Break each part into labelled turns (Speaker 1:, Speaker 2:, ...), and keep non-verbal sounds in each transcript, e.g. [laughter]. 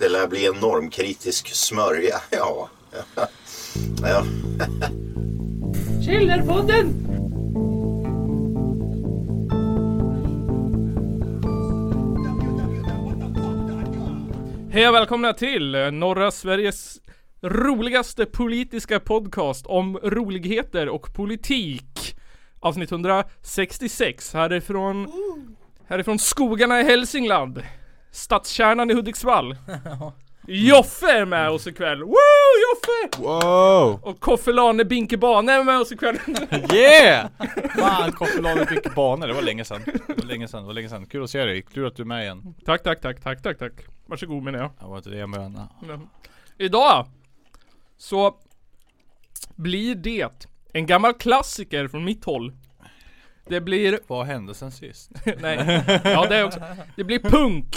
Speaker 1: Det lär bli en normkritisk smörja, [laughs] ja. ja.
Speaker 2: Källarpodden!
Speaker 3: Hej och välkomna till eh, norra Sveriges roligaste politiska podcast om roligheter och politik. Avsnitt 166 härifrån, härifrån skogarna i Hälsingland. Stadskärnan i Hudiksvall. Joffe är med oss ikväll. Woo Joffe!
Speaker 4: Wow!
Speaker 3: Och Koffe Lane Binkebane är med oss ikväll.
Speaker 4: Yeah! Fan, Koppelaget fick banor. Det var länge sedan. Det var länge sedan, det var länge sedan. Kul att se dig. Kul att du är med igen.
Speaker 3: tack, tack, tack, tack, tack, tack. Varsågod menar jag.
Speaker 4: Det var inte det jag menade.
Speaker 3: Idag så blir det en gammal klassiker från mitt håll. Det blir,
Speaker 4: Vad hände sen sist?
Speaker 3: nej, ja det också. Det blir punk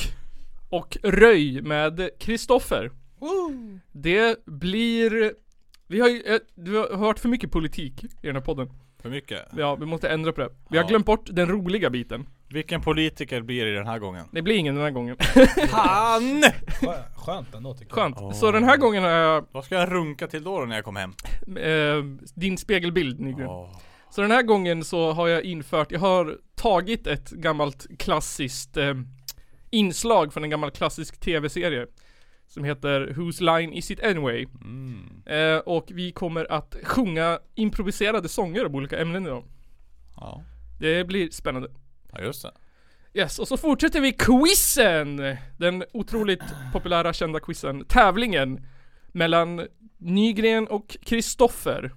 Speaker 3: och röj med Kristoffer. Det blir, vi har ju, eh, du har hört för mycket politik i den här podden.
Speaker 4: För mycket?
Speaker 3: Ja, vi måste ändra på det. Vi har
Speaker 4: Ja.
Speaker 3: glömt bort den roliga biten.
Speaker 4: Vilken politiker blir det den här gången?
Speaker 3: Det blir ingen den här
Speaker 5: [laughs]
Speaker 3: gången.
Speaker 4: Han!
Speaker 5: Skönt ändå tycker
Speaker 3: Skönt. Så den här gången har jag
Speaker 4: Vad ska jag runka till då, då när jag kom hem?
Speaker 3: eh, din spegelbild Nygren.
Speaker 4: Åh.
Speaker 3: Så den här gången så har jag infört, jag har tagit ett gammalt klassiskt eh, inslag från en gammal klassisk tv-serie. Som heter Whose Line Is It Anyway?
Speaker 4: Mm.
Speaker 3: Eh, och vi kommer att sjunga improviserade sånger om olika ämnen idag.
Speaker 4: Ja.
Speaker 3: Det blir spännande.
Speaker 4: ja, just det.
Speaker 3: Yes, och så fortsätter vi quizen! Den otroligt populära kända quizen, tävlingen mellan Nygren och Kristoffer.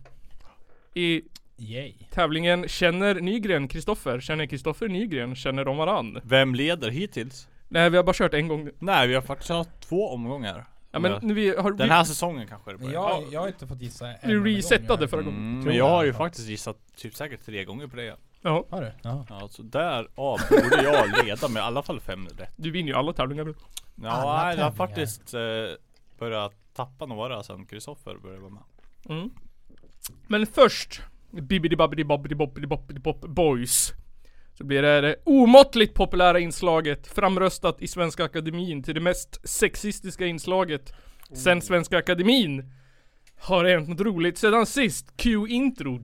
Speaker 3: I
Speaker 5: jag. Yay.
Speaker 3: Tävlingen Känner Nygren Kristoffer? Känner Kristoffer Nygren? Känner de varann?
Speaker 4: Vem leder hittills?
Speaker 3: Nej vi har bara kört en gång nu.
Speaker 4: Nej, vi har faktiskt haft två omgångar.
Speaker 3: Ja men nu vi har...
Speaker 4: Den här säsongen kanske det
Speaker 5: Men
Speaker 4: börjar.
Speaker 5: jag, jag har inte fått gissa en
Speaker 3: vi,
Speaker 5: enda
Speaker 3: vi resetade
Speaker 5: gång,
Speaker 3: förra gången.
Speaker 4: Mm,
Speaker 5: Tror
Speaker 4: men jag har ju
Speaker 5: jag.
Speaker 4: faktiskt gissat typ säkert tre gånger på det.
Speaker 3: Ja,
Speaker 5: Har du? Ja.
Speaker 4: Ja, så därav borde jag leda med i alla fall fem rätt.
Speaker 3: du vinner ju alla tävlingar nu.
Speaker 5: Alla
Speaker 4: Ja, jag har
Speaker 5: tävlingar.
Speaker 4: faktiskt eh, börjat tappa några sen Kristoffer började vara med.
Speaker 3: Mm. Men först, bibbidi babbidi babbidi bobbidi bobbidi bopp boys. Så blir det det omåttligt populära inslaget framröstat i Svenska Akademin till det mest sexistiska inslaget sen Svenska Akademin. Har det hänt något roligt sedan sist? Q-intro.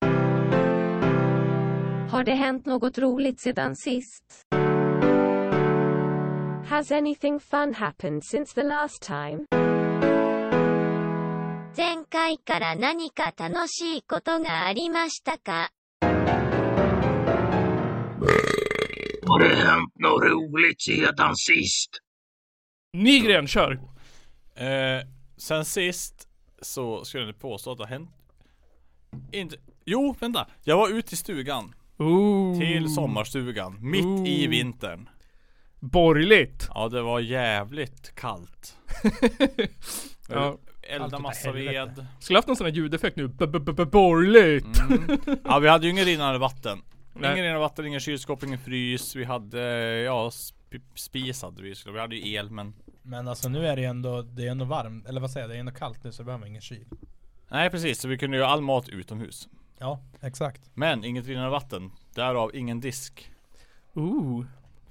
Speaker 6: Har det hänt något roligt sedan sist? Has anything fun happened since the last time?
Speaker 7: 前回から何か楽しいことがありましたか
Speaker 8: Har det hänt något roligt sedan sist?
Speaker 3: Nygren, kör!
Speaker 4: Eh, sen sist så skulle jag påstå att det har hänt... Inte... Jo, vänta! Jag var ute i stugan.
Speaker 3: Ooh.
Speaker 5: Mm.
Speaker 4: Till sommarstugan. Mitt i
Speaker 3: Ooh.
Speaker 4: vintern.
Speaker 3: Borgerligt.
Speaker 4: Ja, det var jävligt kallt.
Speaker 3: Ja.
Speaker 4: Elda
Speaker 5: utav
Speaker 4: massa
Speaker 5: helvete.
Speaker 4: ved.
Speaker 3: Skulle haft någon sån här ljudeffekt nu. B-b-b-borgerligt.
Speaker 4: Mm. Ja, vi hade ju ingen rinnande vatten.
Speaker 3: Nej.
Speaker 4: Ingen rinnande vatten, ingen kylskåp, ingen frys. Vi hade, ja, sp- spis hade vi. Vi hade ju el, men
Speaker 5: Men alltså nu är det ju ändå, det är ändå varmt, eller vad säger jag, det är ändå kallt nu så det behöver ingen kyl.
Speaker 4: Nej precis, så vi kunde göra all mat utomhus.
Speaker 5: Ja, exakt.
Speaker 4: Men inget rinnande vatten, därav ingen disk.
Speaker 3: [laughs] Ooh.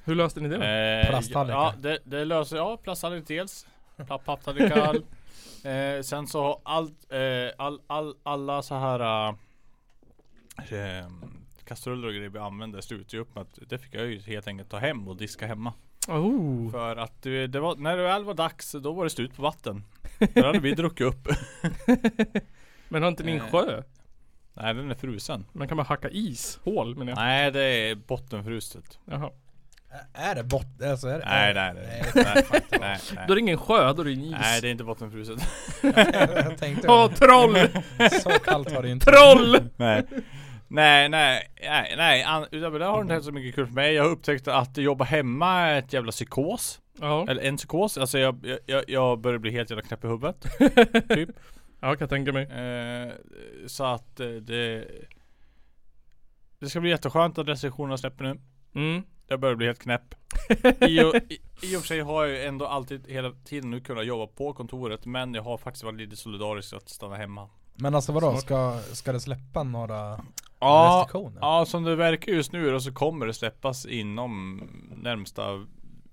Speaker 3: Hur löste ni det då?
Speaker 4: Eh,
Speaker 5: Plasttallrikar.
Speaker 4: Ja, det, det löser jag. Plasttallrik dels. Pla- Papptallrikar. eh, sen så har allt, eh, all, all, alla så här eh, ehm, kastruller och grejer vi använde slutar ju upp med att det fick jag ju helt enkelt ta hem och diska hemma.
Speaker 3: Oh.
Speaker 4: För att det, det var, när det väl var dags, då var det slut på vatten. Då hade vi druckit upp.
Speaker 3: Men har inte ni en
Speaker 4: Eh.
Speaker 3: sjö?
Speaker 4: Nej den är frusen.
Speaker 3: Man kan bara hacka is. Hål menar jag.
Speaker 4: Nej det är bottenfruset.
Speaker 3: Jaha.
Speaker 5: Ä- Är det bort, alltså är det?
Speaker 4: Nej, nej, nej. Nej, nej,
Speaker 3: Då är
Speaker 4: nej.
Speaker 3: det ingen sjö, då är det en is.
Speaker 4: nej, det är inte bottenfruset.
Speaker 5: [laughs] Jag tänkte
Speaker 3: Åh,
Speaker 4: [laughs]
Speaker 3: troll!
Speaker 5: så kallt var det ju inte.
Speaker 3: Troll!
Speaker 4: nej. Nej, nej, nej, nej. An- Utöver det har det inte hänt så mycket kul för mig. Jag har upptäckt att jobba hemma är ett jävla psykos.
Speaker 3: Ja.
Speaker 4: Eller en psykos. Alltså jag, jag- jag, jag börjar bli helt jävla knäpp i huvudet. typ.
Speaker 3: ja, kan jag tänka mig.
Speaker 4: Eh, så att eh, det... Det ska bli jätteskönt att restriktionerna släpper nu.
Speaker 3: Mm.
Speaker 4: Jag börjar bli helt knäpp. I och, i, I och för sig har jag ju ändå alltid hela tiden nu kunnat jobba på kontoret men jag har faktiskt varit lite solidarisk att stanna hemma.
Speaker 5: Men alltså vadå, ska, ska det släppa några restriktioner?
Speaker 4: ja som det verkar just nu då så kommer det släppas inom närmsta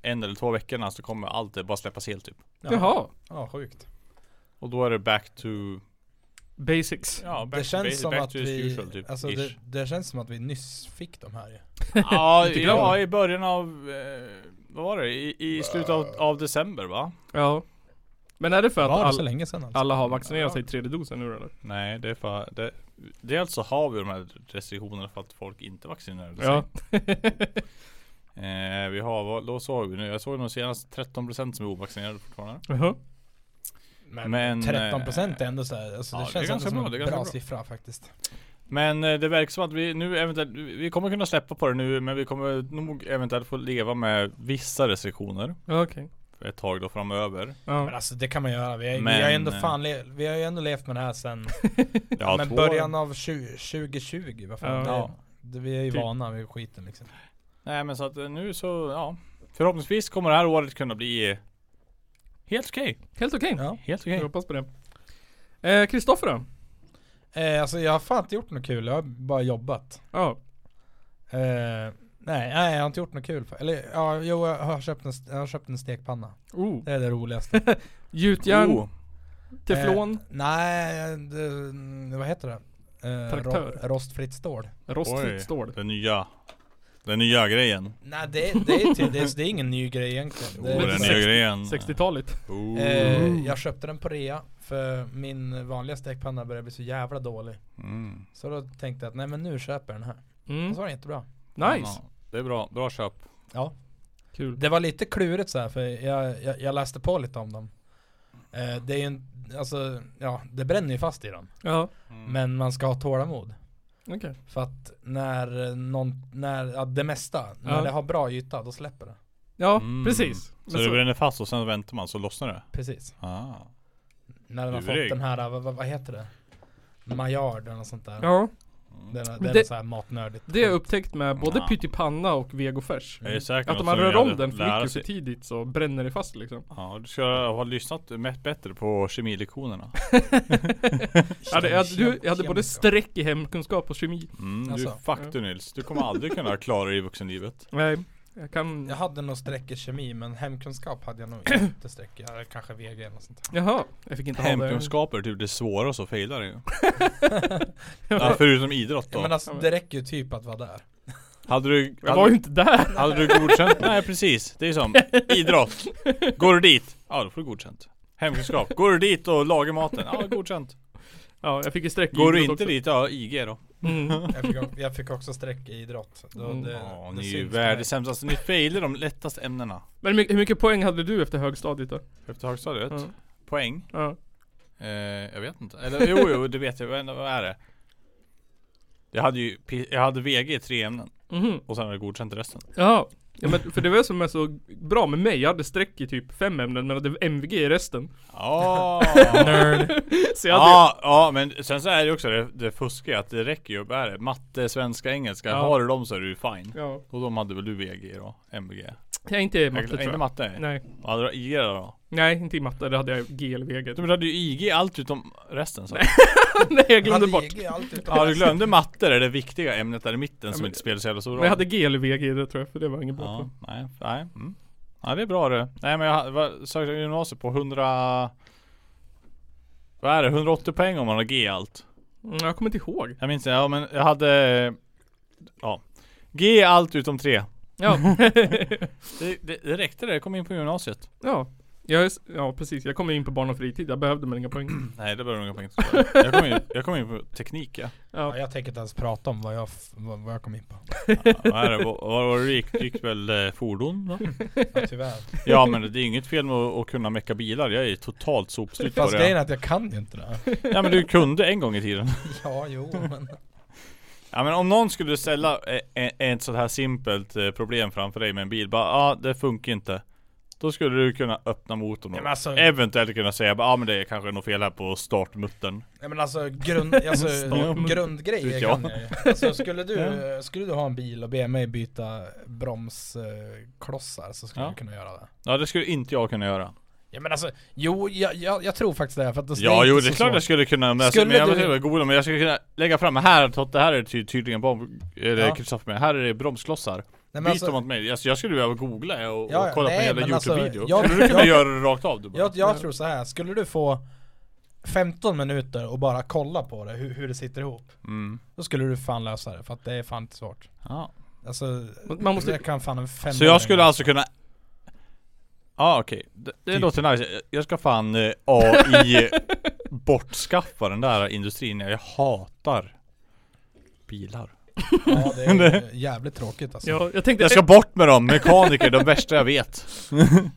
Speaker 4: en eller två veckorna så kommer allt det bara släppas helt typ.
Speaker 5: Ja.
Speaker 3: Jaha.
Speaker 5: Ja, sjukt.
Speaker 4: Och då är det back to,
Speaker 3: Basics.
Speaker 4: ja, back
Speaker 5: Det
Speaker 4: to,
Speaker 5: känns
Speaker 4: basic-
Speaker 5: som
Speaker 4: back
Speaker 5: att
Speaker 4: to the
Speaker 5: vi...
Speaker 4: usual typ.
Speaker 5: Alltså
Speaker 4: ish.
Speaker 5: det, det känns som att vi nyss fick de här ju. [laughs]
Speaker 4: Ja,
Speaker 3: Lite glad.
Speaker 4: ja, i början av, eh, vad var det? I, i slutet av, av december va?
Speaker 3: Ja. Men är det för att
Speaker 5: Var det så
Speaker 3: all,
Speaker 5: länge sedan alltså?
Speaker 3: alla har vaccinerat sig i tredje dosen nu eller?
Speaker 4: Nej, det är för, det, dels så har vi de här restriktionerna för att folk inte vaccinerade sig.
Speaker 3: Ja.
Speaker 4: [laughs] Eh, vi har, vad- då såg vi nu, jag såg nog senast 13% som är ovaccinerade fortfarande.
Speaker 3: Jaha.
Speaker 5: Men,
Speaker 4: Men, eh,
Speaker 5: 13% är ändå så här, alltså
Speaker 4: ja,
Speaker 5: det
Speaker 4: det är
Speaker 5: känns ändå
Speaker 4: ganska
Speaker 5: som
Speaker 4: bra,
Speaker 5: en
Speaker 4: det är
Speaker 5: bra,
Speaker 4: ganska bra.
Speaker 5: siffra faktiskt.
Speaker 4: Men eh, det verkar som att vi nu eventuellt, vi kommer kunna släppa på det nu men vi kommer nog eventuellt få leva med vissa restriktioner
Speaker 3: Ja, okej.
Speaker 4: ett tag då framöver.
Speaker 5: Men
Speaker 3: Ja.
Speaker 5: alltså det kan man göra. Vi, är, vi,
Speaker 4: Men,
Speaker 5: har, ju ändå
Speaker 4: eh,
Speaker 5: fan le- vi har ju ändå levt med det här sen
Speaker 4: Ja,
Speaker 5: men
Speaker 4: två-
Speaker 5: början av 20, 2020. Vad fan?
Speaker 3: Ja.
Speaker 5: Ja. Det, vi är ju
Speaker 3: Typ.
Speaker 5: vana vid skiten liksom.
Speaker 4: Nej men så att eh, nu så, ja. Förhoppningsvis kommer det här året kunna bli eh, helt okej.
Speaker 3: Helt okej.
Speaker 5: Ja.
Speaker 4: Helt
Speaker 3: Jag
Speaker 4: okej.
Speaker 3: hoppas på det. Eh, Kristoffer då?
Speaker 5: Eh, alltså jag har fan inte gjort något kul, jag har bara jobbat.
Speaker 3: Ja.
Speaker 5: Eh, nej, nej, jag har inte gjort något kul. Eller ja, jo, jag har köpt en, st- jag har köpt en stekpanna.
Speaker 3: Oh.
Speaker 5: Det är
Speaker 4: [laughs]
Speaker 5: det roligaste.
Speaker 3: Gjutjärn,
Speaker 4: Oh,
Speaker 3: teflon,
Speaker 5: Eh, nej, det, mm, vad heter det? Eh,
Speaker 3: Traktör.
Speaker 5: ro- rostfritt stål.
Speaker 3: rostfritt
Speaker 4: oj.
Speaker 3: stål.
Speaker 4: Den nya. Den nya grejen.
Speaker 5: Nej det, det, är till, det, är, det är ingen ny grej egentligen. Det
Speaker 3: Eh,
Speaker 4: Oh,
Speaker 5: är
Speaker 4: den
Speaker 5: bara-
Speaker 4: nya grejen.
Speaker 3: 60-taligt.
Speaker 4: Oh.
Speaker 3: Mm.
Speaker 5: Eh, jag köpte den på rea för min vanliga stekpanna började bli så jävla dålig.
Speaker 4: Mm.
Speaker 5: Så då tänkte jag att nej men nu köper jag den här.
Speaker 3: Mm.
Speaker 5: Och så var den jättebra.
Speaker 3: Nice.
Speaker 4: Alltså, Ja, det är bra, bra köp.
Speaker 5: Ja.
Speaker 3: Kul.
Speaker 5: Det var lite klurigt så här för jag, jag, jag läste på lite om dem. Eh, det är ju en, alltså ja, det bränner ju fast i dem.
Speaker 3: Ja.
Speaker 5: Men man ska ha tålamod.
Speaker 3: Okej.
Speaker 5: För att när eh, någon, när, ja, det mesta,
Speaker 3: Ja.
Speaker 5: när det har bra yta då släpper det.
Speaker 3: Ja,
Speaker 4: Mm.
Speaker 3: precis. Men
Speaker 4: Så det bränner fast och sen väntar man så lossnar det?
Speaker 5: Precis.
Speaker 4: Ah.
Speaker 5: När den har
Speaker 4: Lurig.
Speaker 5: fått den här, vad, vad, vad heter det? Maillard eller något sånt där.
Speaker 3: Ja.
Speaker 5: Det, är- det
Speaker 3: Men
Speaker 5: är
Speaker 3: det-
Speaker 5: så här matnördigt.
Speaker 3: Det har jag upptäckt med både
Speaker 4: Ja.
Speaker 3: pyttipanna och vegofärs.
Speaker 4: Jag är säker
Speaker 3: Att om
Speaker 4: något
Speaker 3: man
Speaker 4: som
Speaker 3: rör
Speaker 4: gör
Speaker 3: om
Speaker 4: det-
Speaker 3: den för
Speaker 4: lära
Speaker 3: mycket för
Speaker 4: sig-
Speaker 3: tidigt så bränner det fast liksom.
Speaker 4: Ja, du ska ha lyssnat mätt bättre på kemilektionerna.
Speaker 3: Jag hade, jag, hade, du, jag hade både
Speaker 5: Kemiska.
Speaker 3: streck i hemkunskap och kemi.
Speaker 4: Mm,
Speaker 5: Alltså.
Speaker 4: du är fuck du Nils. Du kommer aldrig kunna klara dig
Speaker 3: [laughs]
Speaker 4: i vuxenlivet.
Speaker 3: Nej, jag kan...
Speaker 5: Jag hade nog streck i kemi men hemkunskap hade jag
Speaker 4: [clears throat]
Speaker 5: nog inte streck i. Jag hade kanske VG eller något sånt där.
Speaker 3: Jaha, jag fick inte ha det.
Speaker 4: Hemkunskaper är typ det svåraste att faila det ju. ja, förutom idrott
Speaker 5: Ja,
Speaker 4: då.
Speaker 5: men alltså det räcker ju typ att vara där.
Speaker 4: Hade du,
Speaker 3: Jag var ju
Speaker 4: hade,
Speaker 3: inte där!
Speaker 4: hade du godkänt? [laughs] Nej precis, det är som idrott. Går du dit? Ja då får du godkänt. Hemkunskap. Går du dit och lagar maten? Ja, godkänt.
Speaker 3: Ja, jag fick ju streck i
Speaker 4: Går du
Speaker 3: idrott
Speaker 4: inte
Speaker 3: också.
Speaker 4: dit? Ja, IG då. [laughs]
Speaker 3: Mm.
Speaker 5: Jag fick, o- jag fick också streck i idrott. Då,
Speaker 3: Mm.
Speaker 5: det,
Speaker 4: Ja,
Speaker 5: det
Speaker 4: ni är ju
Speaker 5: syns på mig.
Speaker 4: världens sämsta. Alltså, ni failar de lättaste ämnena.
Speaker 3: Men hur mycket- hur mycket poäng hade du efter högstadiet då?
Speaker 4: Efter högstadiet?
Speaker 3: Ja.
Speaker 4: Poäng?
Speaker 3: Ja.
Speaker 4: Eh, jag vet inte. Eller jo, jo, det vet jag. Men vad är det? Jag hade ju pi- jag hade VG i tre ämnen
Speaker 3: Mhm.
Speaker 4: och sen hade jag godkänt resten.
Speaker 3: Ja. ja, men för det var det som är så bra med mig. Jag hade streck i typ fem ämnen men hade MVG i resten. [laughs]
Speaker 4: Ja,
Speaker 3: Så jag hade...
Speaker 4: ja, ja, men sen så är det ju också det, det fuskiga att det räcker ju. Vad är det? Matte, svenska, engelska.
Speaker 3: Ja.
Speaker 4: Har du dem så är du ju fine.
Speaker 3: Ja.
Speaker 4: Och de hade väl du VG då? MVG?
Speaker 3: Jag är inte i matte
Speaker 4: Matte,
Speaker 3: tror
Speaker 4: inte
Speaker 3: jag.
Speaker 4: matte?
Speaker 3: Nej.
Speaker 4: Och hade du IG då?
Speaker 3: Nej, inte i matte. Det hade jag G eller [laughs] VG.
Speaker 4: Du hade ju IG allt utom resten så.
Speaker 3: Nej, jag
Speaker 5: Jag hade
Speaker 3: glömde bort.
Speaker 5: IG allt utom
Speaker 4: Ja du glömde matte, det, det viktiga ämnet där i mitten som
Speaker 3: men-
Speaker 4: inte spelar så jävla stor roll.
Speaker 3: Men jag hade G eller VG i det tror jag, för det var inget bra
Speaker 4: Ja,
Speaker 3: på.
Speaker 4: nej, nej. Mm. Ja, det är bra det. Nej men jag ha- vad- sökte gymnasiet på 100... Vad är det? 180 poäng om man har G i allt.
Speaker 3: Mm, jag kommer inte ihåg.
Speaker 4: Jag minns inte, ja men jag hade... Ja. G i allt utom tre. [laughs]
Speaker 3: Ja.
Speaker 4: Det, det, det räckte det, jag kom in på gymnasiet.
Speaker 3: ja. Jag, är s- ja, precis. Jag kom in på barn och fritid. Jag behövde men inga
Speaker 4: [clears throat]
Speaker 3: poäng.
Speaker 4: Nej det behöver du inga poäng till. jag, kom in, jag kom in på teknik ja.
Speaker 5: Ja, jag tänker inte ens prata om vad jag, f- vad, vad jag kom in på.
Speaker 4: Vad är det? Vad vad var det du gick? Du gick väl eh, fordon då?
Speaker 5: Ja, tyvärr.
Speaker 4: Ja men [laughs] det är inget fel med att, att kunna mecka bilar. Jag är totalt sopslut på
Speaker 5: Fast grejen
Speaker 4: det.
Speaker 5: är att jag kan ju inte det här.
Speaker 4: Ja men du kunde en gång i tiden.
Speaker 5: [laughs] Ja, jo men.
Speaker 4: Ja men om någon skulle ställa eh, eh, ett sånt här simpelt eh, problem framför dig med en bil, bara ja ah, det funkar inte. Då skulle du kunna öppna motorn och
Speaker 5: Nej, men alltså-
Speaker 4: eventuellt kunna säga ja ah, men det är kanske något fel här på startmuttern.
Speaker 5: Ja, men alltså, grund,
Speaker 4: [laughs]
Speaker 5: alltså
Speaker 4: Stark.
Speaker 5: grundgrejer
Speaker 4: Vet jag.
Speaker 5: kan jag ju. Alltså,
Speaker 4: [laughs]
Speaker 5: skulle, du, skulle du ha en bil och be mig byta bromsklossar så skulle
Speaker 4: Ja.
Speaker 5: jag kunna göra det.
Speaker 4: Ja det skulle inte jag kunna göra.
Speaker 5: Ja men alltså, jo jag, jag, jag tror faktiskt det här, för att det
Speaker 4: Ja
Speaker 5: inte
Speaker 4: jo
Speaker 5: så
Speaker 4: det är klart
Speaker 5: svårt.
Speaker 4: jag skulle kunna, men,
Speaker 5: Skulle
Speaker 4: skulle men jag
Speaker 5: du-
Speaker 4: måste vara god men jag skulle kunna lägga fram här, Totte här är det ty- tydligen bom, är det
Speaker 5: Ja.
Speaker 4: Kristoffer med, här är det bromsklossar.
Speaker 5: Nej, men
Speaker 4: Byt dem
Speaker 5: alltså,
Speaker 4: åt mig, alltså, jag skulle behöva googla och, och
Speaker 5: Ja, ja,
Speaker 4: kolla på
Speaker 5: nej,
Speaker 4: en jävla
Speaker 5: men alltså,
Speaker 4: Youtube-video
Speaker 5: jag-
Speaker 4: Skulle du kunna
Speaker 5: jag-
Speaker 4: göra det rakt av du bara?
Speaker 5: jag, jag tror så här. skulle du få 15 minuter och bara kolla på det, hur, hur det sitter ihop.
Speaker 4: Mm.
Speaker 5: Då skulle du fan lösa det, för att det är fan inte svårt.
Speaker 4: Ja.
Speaker 5: Alltså,
Speaker 3: Man- man måste-
Speaker 5: det kan fan en fem
Speaker 4: Så jag skulle alltså kunna Ja okej, det, det
Speaker 5: Typ.
Speaker 4: låter nice Jag- Jag ska fan eh,
Speaker 3: [laughs]
Speaker 4: AI bortskaffa den där industrin Jag hatar bilar
Speaker 5: Ja, det
Speaker 4: [laughs]
Speaker 5: är jävligt tråkigt alltså.
Speaker 3: Ja, jag tänkte,
Speaker 4: Jag ska bort med dem, mekaniker, de värsta jag vet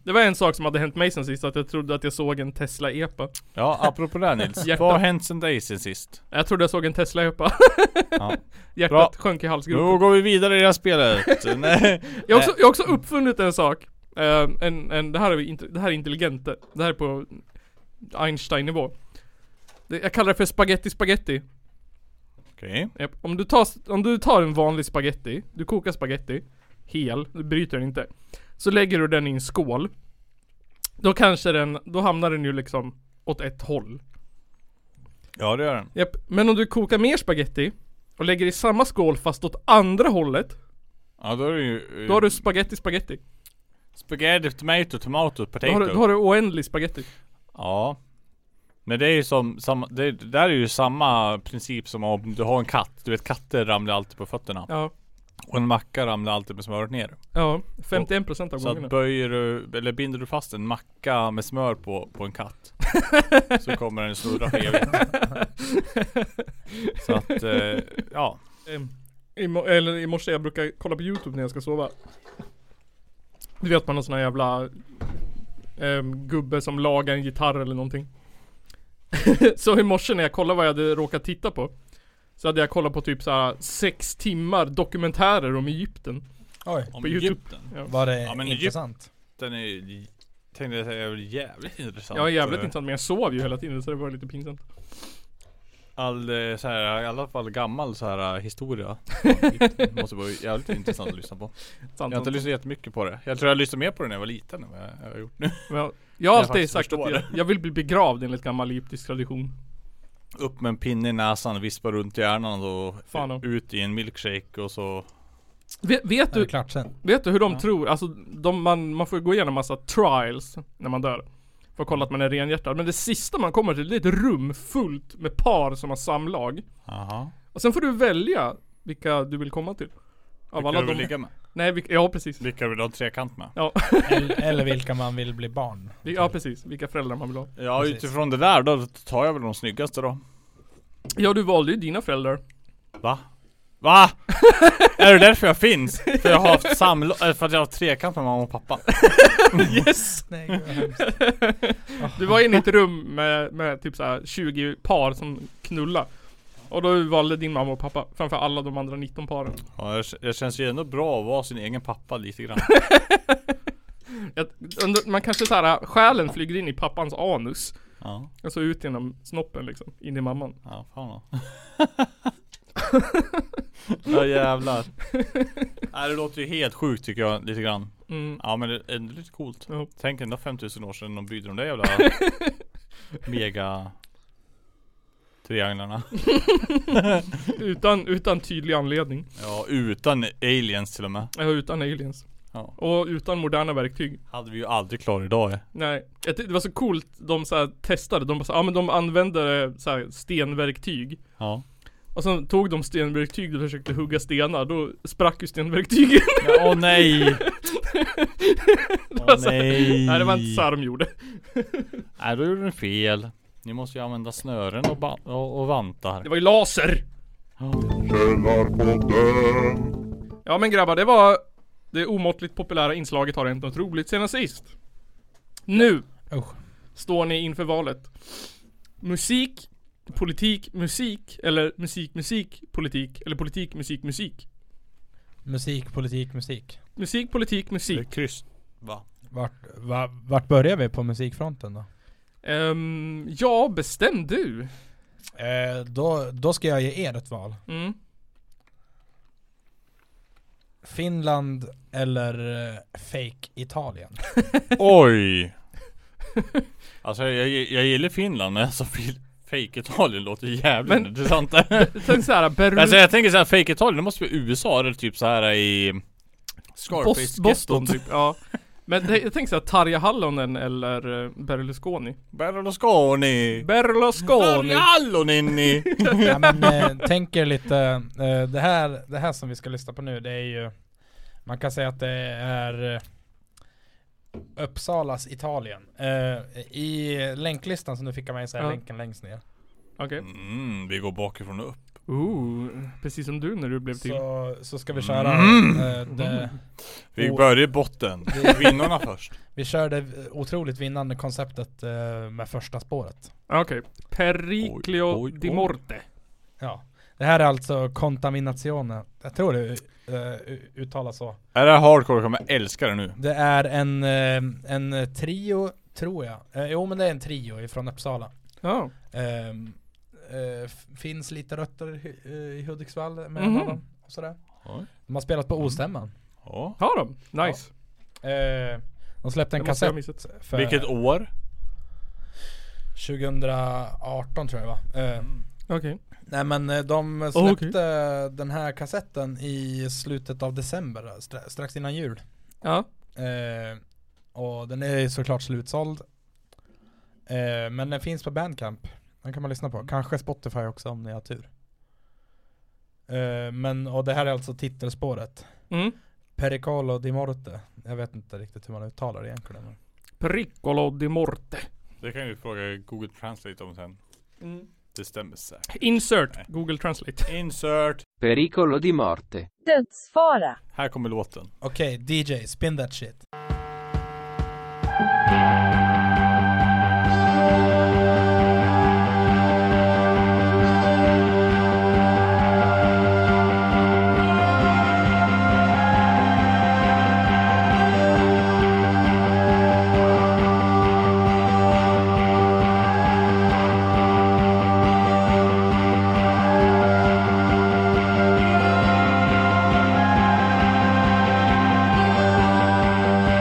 Speaker 3: det var en sak som hade hänt mig sen sist, att jag trodde att jag såg en Tesla EPA.
Speaker 4: Ja apropå det här, Nils,
Speaker 3: Hjärtat.
Speaker 4: vad har hänt sen dig sen sist?
Speaker 3: Jag trodde jag såg en Tesla EPA.
Speaker 4: Ja.
Speaker 3: [laughs] Hjärtat
Speaker 4: Bra.
Speaker 3: sjönk i
Speaker 4: Nu
Speaker 3: halsgropen.
Speaker 4: går vi vidare i det här spelet [laughs] Nej.
Speaker 3: Jag har också, jag har också uppfunnit en sak. Eh, en, en, det, här är vi inte, det här är intelligent. Det här är på Einstein-nivå. Det, jag kallar det för spaghetti spaghetti.
Speaker 4: Okej,
Speaker 3: Japp. Om, du tar, om du tar en vanlig spaghetti, du kokar spaghetti hel, du bryter den inte. Så lägger du den i en skål. Då kanske den, då hamnar den ju liksom åt ett håll.
Speaker 4: ja det gör den
Speaker 3: Japp. Men om du kokar mer spaghetti och lägger i samma skål fast åt andra hållet.
Speaker 4: Ja då är det ju eh,
Speaker 3: Då har du spaghetti spaghetti.
Speaker 4: Spaghetti, tomato, tomato,
Speaker 3: Då
Speaker 4: potato
Speaker 3: har, du- då har du oändlig spaghetti.
Speaker 4: Ja Men det är ju som, samma, det, det där är ju samma princip som om du har en katt Du vet katter ramlar alltid på fötterna
Speaker 3: Ja.
Speaker 4: Och en macka ramlar alltid med smöret ner
Speaker 3: Ja, 51% av
Speaker 4: Så att
Speaker 3: gångerna.
Speaker 4: böjer du, eller binder du fast en macka med smör på, på
Speaker 3: [laughs]
Speaker 4: en katt Så kommer den snurra för evigt Så att, eh, ja
Speaker 3: Ehm, I, mo- eller i morse, jag brukar kolla på youtube när jag ska sova Du vet man har sån här jävla ehm, Gubbe som lagar en gitarr eller någonting [laughs] Så i morse när jag kollade vad jag hade råkat titta på Så hade jag kollat på typ såhär sex timmar dokumentärer om Egypten
Speaker 5: Oj,
Speaker 4: Om
Speaker 3: På YouTube.
Speaker 4: Egypten
Speaker 5: var det
Speaker 4: Ja, men Egypt-
Speaker 5: intressant?
Speaker 4: Den är ju, tänkte jag säga, är väl jävligt intressant
Speaker 3: Jag är jävligt
Speaker 4: Eh,
Speaker 3: intressant men jag sov ju hela tiden så det var lite pinsamt
Speaker 4: All eh, så här, i alla fall gammal så här
Speaker 3: [laughs]
Speaker 4: eh, historia från Egypten. Måste vara jävligt intressant att lyssna på
Speaker 3: Sant,
Speaker 4: Jag har inte
Speaker 3: sant.
Speaker 4: lyssnat jättemycket på det. Jag tror jag lyssnade mer på det när jag var liten än vad jag- jag har gjort nu.
Speaker 3: Men jag, jag har
Speaker 4: Jag
Speaker 3: alltid
Speaker 4: faktiskt
Speaker 3: sagt att
Speaker 4: förstår
Speaker 3: jag, jag vill bli begravd enligt gammal egyptisk tradition
Speaker 4: [laughs] Upp med en pinne i näsan, vispa runt i hjärnan och
Speaker 3: Fan om.
Speaker 4: ut i en milkshake och så
Speaker 3: Vet, vet
Speaker 5: Är det
Speaker 3: du,
Speaker 5: klart sen?
Speaker 3: Vet du hur de tror? Alltså de, man, man får ju gå igenom massa trials när man dör. För att kolla att man är renhjärtad. Men det sista man kommer till det är ett rum fullt med par som har samlag.
Speaker 4: Jaha.
Speaker 3: Och sen får du välja vilka du vill komma till. Av
Speaker 4: Vilka
Speaker 3: alla
Speaker 4: du vill
Speaker 3: de...
Speaker 4: ligga med?
Speaker 3: Nej, vilka, ja precis.
Speaker 4: Vilka vill du ha trekant med?
Speaker 3: Ja. [laughs]
Speaker 5: Eller, eller vilka man vill bli barn?
Speaker 3: ja precis, vilka föräldrar man vill ha.
Speaker 4: Ja
Speaker 5: Precis.
Speaker 4: utifrån det där då tar jag väl de snyggaste då.
Speaker 3: Ja du valde ju dina föräldrar.
Speaker 4: Va? Va? [laughs] är det därför jag finns? För jag har haft samlag, för att jag har haft trekant med mamma och pappa.
Speaker 3: Yes!
Speaker 5: Nej, gud, vad
Speaker 3: [laughs]
Speaker 5: hemskt.
Speaker 3: Du var inne i ett rum med, med typ såhär 20 par som knulla. Och då valde din mamma och pappa framför alla de andra 19 paren.
Speaker 4: Ja, jag, jag känns ju ändå bra att vara sin egen pappa lite grann.
Speaker 3: Jag, undrar- man kanske såhär, själen flyger in i pappans anus.
Speaker 4: Ja,
Speaker 3: Alltså ut genom snoppen liksom, in i mamman.
Speaker 4: ja fan
Speaker 3: [laughs]
Speaker 4: då. Ja jävlar. [laughs] Nej det låter ju helt sjukt tycker jag lite grann.
Speaker 3: Mm.
Speaker 4: Ja men det är ändå lite coolt.
Speaker 3: Ja.
Speaker 4: Tänk ändå 5000 år sedan de byggde de
Speaker 3: [laughs]
Speaker 4: där jävla mega trianglarna.
Speaker 3: Utan, utan tydlig anledning.
Speaker 4: Ja utan aliens till och med.
Speaker 3: Ja, utan aliens.
Speaker 4: Ja.
Speaker 3: Och utan moderna verktyg.
Speaker 4: Hade vi ju aldrig klarat idag. eh.
Speaker 3: Nej. Jag tyckte Det var så coolt, de så här testade. De bara så, här, ja men de använde eh, så här, stenverktyg.
Speaker 4: Ja.
Speaker 3: Och sen tog de stenverktyg och försökte hugga stenar. Då sprack ju stenverktygen.
Speaker 4: Men, Åh
Speaker 3: [laughs]
Speaker 4: nej! Åh nej!
Speaker 3: Nej det var inte så här de gjorde.
Speaker 4: Nej då gjorde ni fel. Ni måste ju använda snören och, ba- och, och vantar.
Speaker 3: Det var ju laser!
Speaker 8: Källarpodden.
Speaker 3: Ja men grabbar, det var det omåttligt populära inslaget har hänt något roligt sen sist. Nu
Speaker 5: Usch.
Speaker 3: står ni inför valet. Musik, politik, musik eller musik, musik, politik eller politik, musik, musik.
Speaker 5: Musik, politik, musik.
Speaker 3: Musik, politik, musik.
Speaker 4: kryss. Va?
Speaker 5: Vart, va, vart börjar vi på musikfronten då?
Speaker 3: Ehm, ja, bestäm du.
Speaker 5: Eh, då? Då ska jag ge er ett val.
Speaker 3: Mm.
Speaker 5: Finland eller eh, fake Italien?
Speaker 4: Oj! [laughs] Alltså jag, jag, jag gillar Finland men alltså fil- fake Italien låter jävligt
Speaker 3: Men- [laughs]
Speaker 4: intressant där.
Speaker 3: Tänk såhär, Berlin.
Speaker 4: Alltså jag tänker såhär fake Italien, det måste vara USA eller typ så här i
Speaker 3: Bos- Boston
Speaker 4: Scarface-gettot.
Speaker 3: typ, ja. Men det- jag tänkte såhär Tarja Hallonen eller eh, Berlusconi. Berlusconi!
Speaker 4: Berlusconi!
Speaker 3: [laughs]
Speaker 4: Berlusconi!
Speaker 5: Ja, men, eh, tänk er lite, eh, det, här, det här som vi ska lyssna på nu det är ju Man kan säga att det är eh, Uppsalas Italien. Eh, I länklistan som du fick av mig så är
Speaker 3: Ja.
Speaker 5: länken längst ner.
Speaker 3: Okej.
Speaker 4: Mm, vi går bakifrån och upp.
Speaker 3: Ooh, precis som du när du blev till. Mm.
Speaker 5: Så, så ska vi köra eh, det,
Speaker 4: Vi
Speaker 5: Och-
Speaker 4: börjar i botten. Kvinnorna först.
Speaker 5: Vi kör det otroligt vinnande konceptet eh, med första spåret.
Speaker 3: Okej. Periclio
Speaker 4: Oj, oj,
Speaker 3: di
Speaker 4: oj.
Speaker 3: Morte.
Speaker 5: Ja. Det här är alltså Contaminazione. Jag tror det eh, u- uttalas så.
Speaker 4: Är det här hardcore kommer jag älska det nu.
Speaker 5: Det är en, eh, en trio, tror jag. Eh, jo men det är en trio ifrån Uppsala.
Speaker 3: Ja.
Speaker 5: Ehm, eh, f- finns lite rötter i, eh, i Hudiksvall med
Speaker 3: Mhm.
Speaker 5: dem och sådär.
Speaker 4: Oj.
Speaker 5: De har spelat på Ostämman.
Speaker 4: Ja.
Speaker 3: Har de? Nice.
Speaker 5: Eh, de släppte en
Speaker 3: Det måste jag ha
Speaker 5: kassett
Speaker 3: missat.
Speaker 5: för
Speaker 4: Vilket år?
Speaker 5: 2018 tror jag va? Eh,
Speaker 3: Okej.
Speaker 5: Nej men eh, de
Speaker 3: Oh,
Speaker 5: släppte den här kassetten i slutet av december, stra- strax innan jul.
Speaker 3: Ja.
Speaker 5: Eh, och den är ju såklart slutsåld. Eh, men den finns på Bandcamp. Den kan man lyssna på. Kanske Spotify också om ni har tur. Eh, men, och det här är alltså titelspåret.
Speaker 3: Mm.
Speaker 5: Pericolo di Morte. Jag vet inte riktigt hur man uttalar det egentligen. men-
Speaker 3: Pericolo di Morte.
Speaker 4: Det kan vi fråga Google Translate om sen.
Speaker 3: Mm.
Speaker 4: Det stämmer säkert.
Speaker 3: Insert Google Translate.
Speaker 4: Insert.
Speaker 2: Pericolo di morte.
Speaker 9: Dödsfara.
Speaker 4: Här kommer låten.
Speaker 5: Okej, DJ, spin that shit.
Speaker 9: Dödsfara.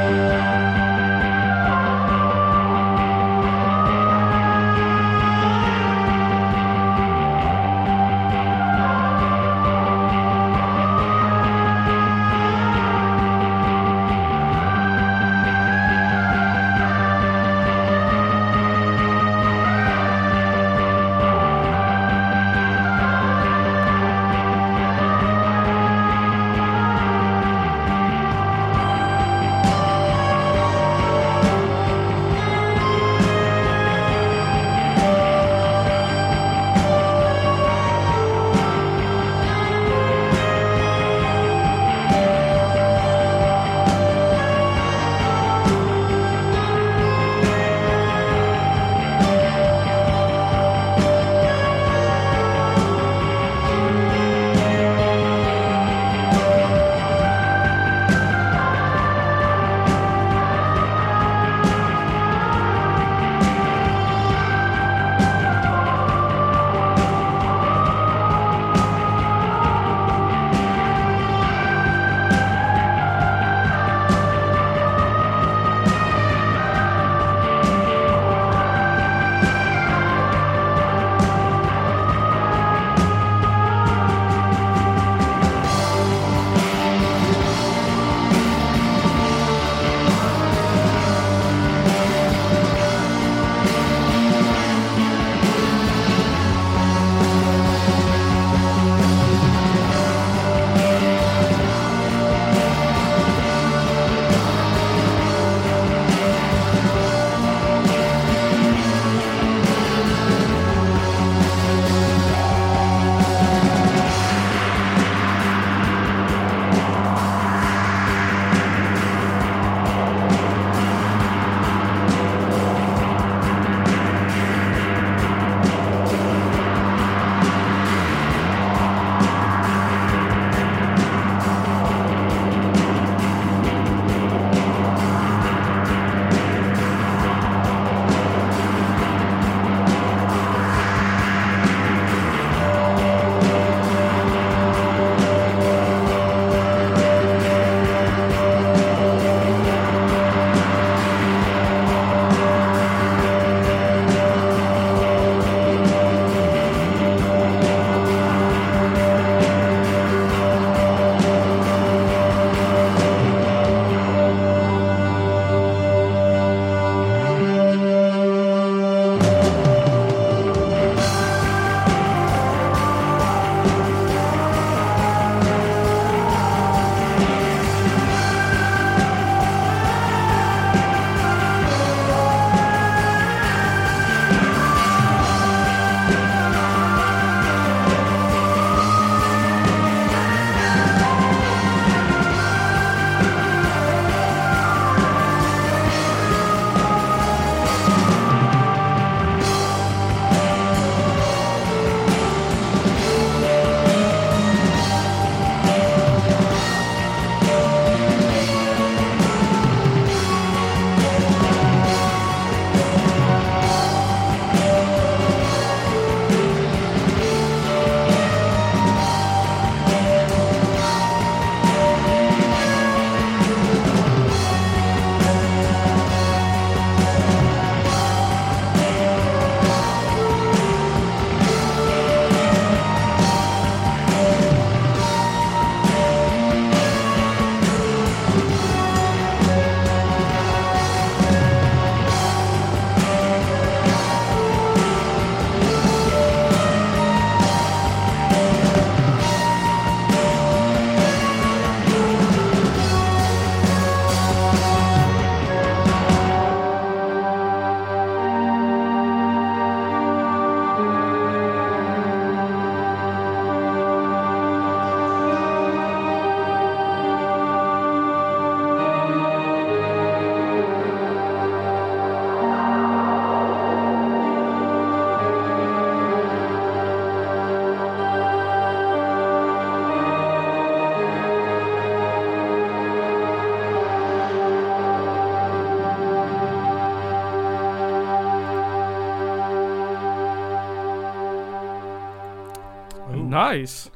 Speaker 3: Nice!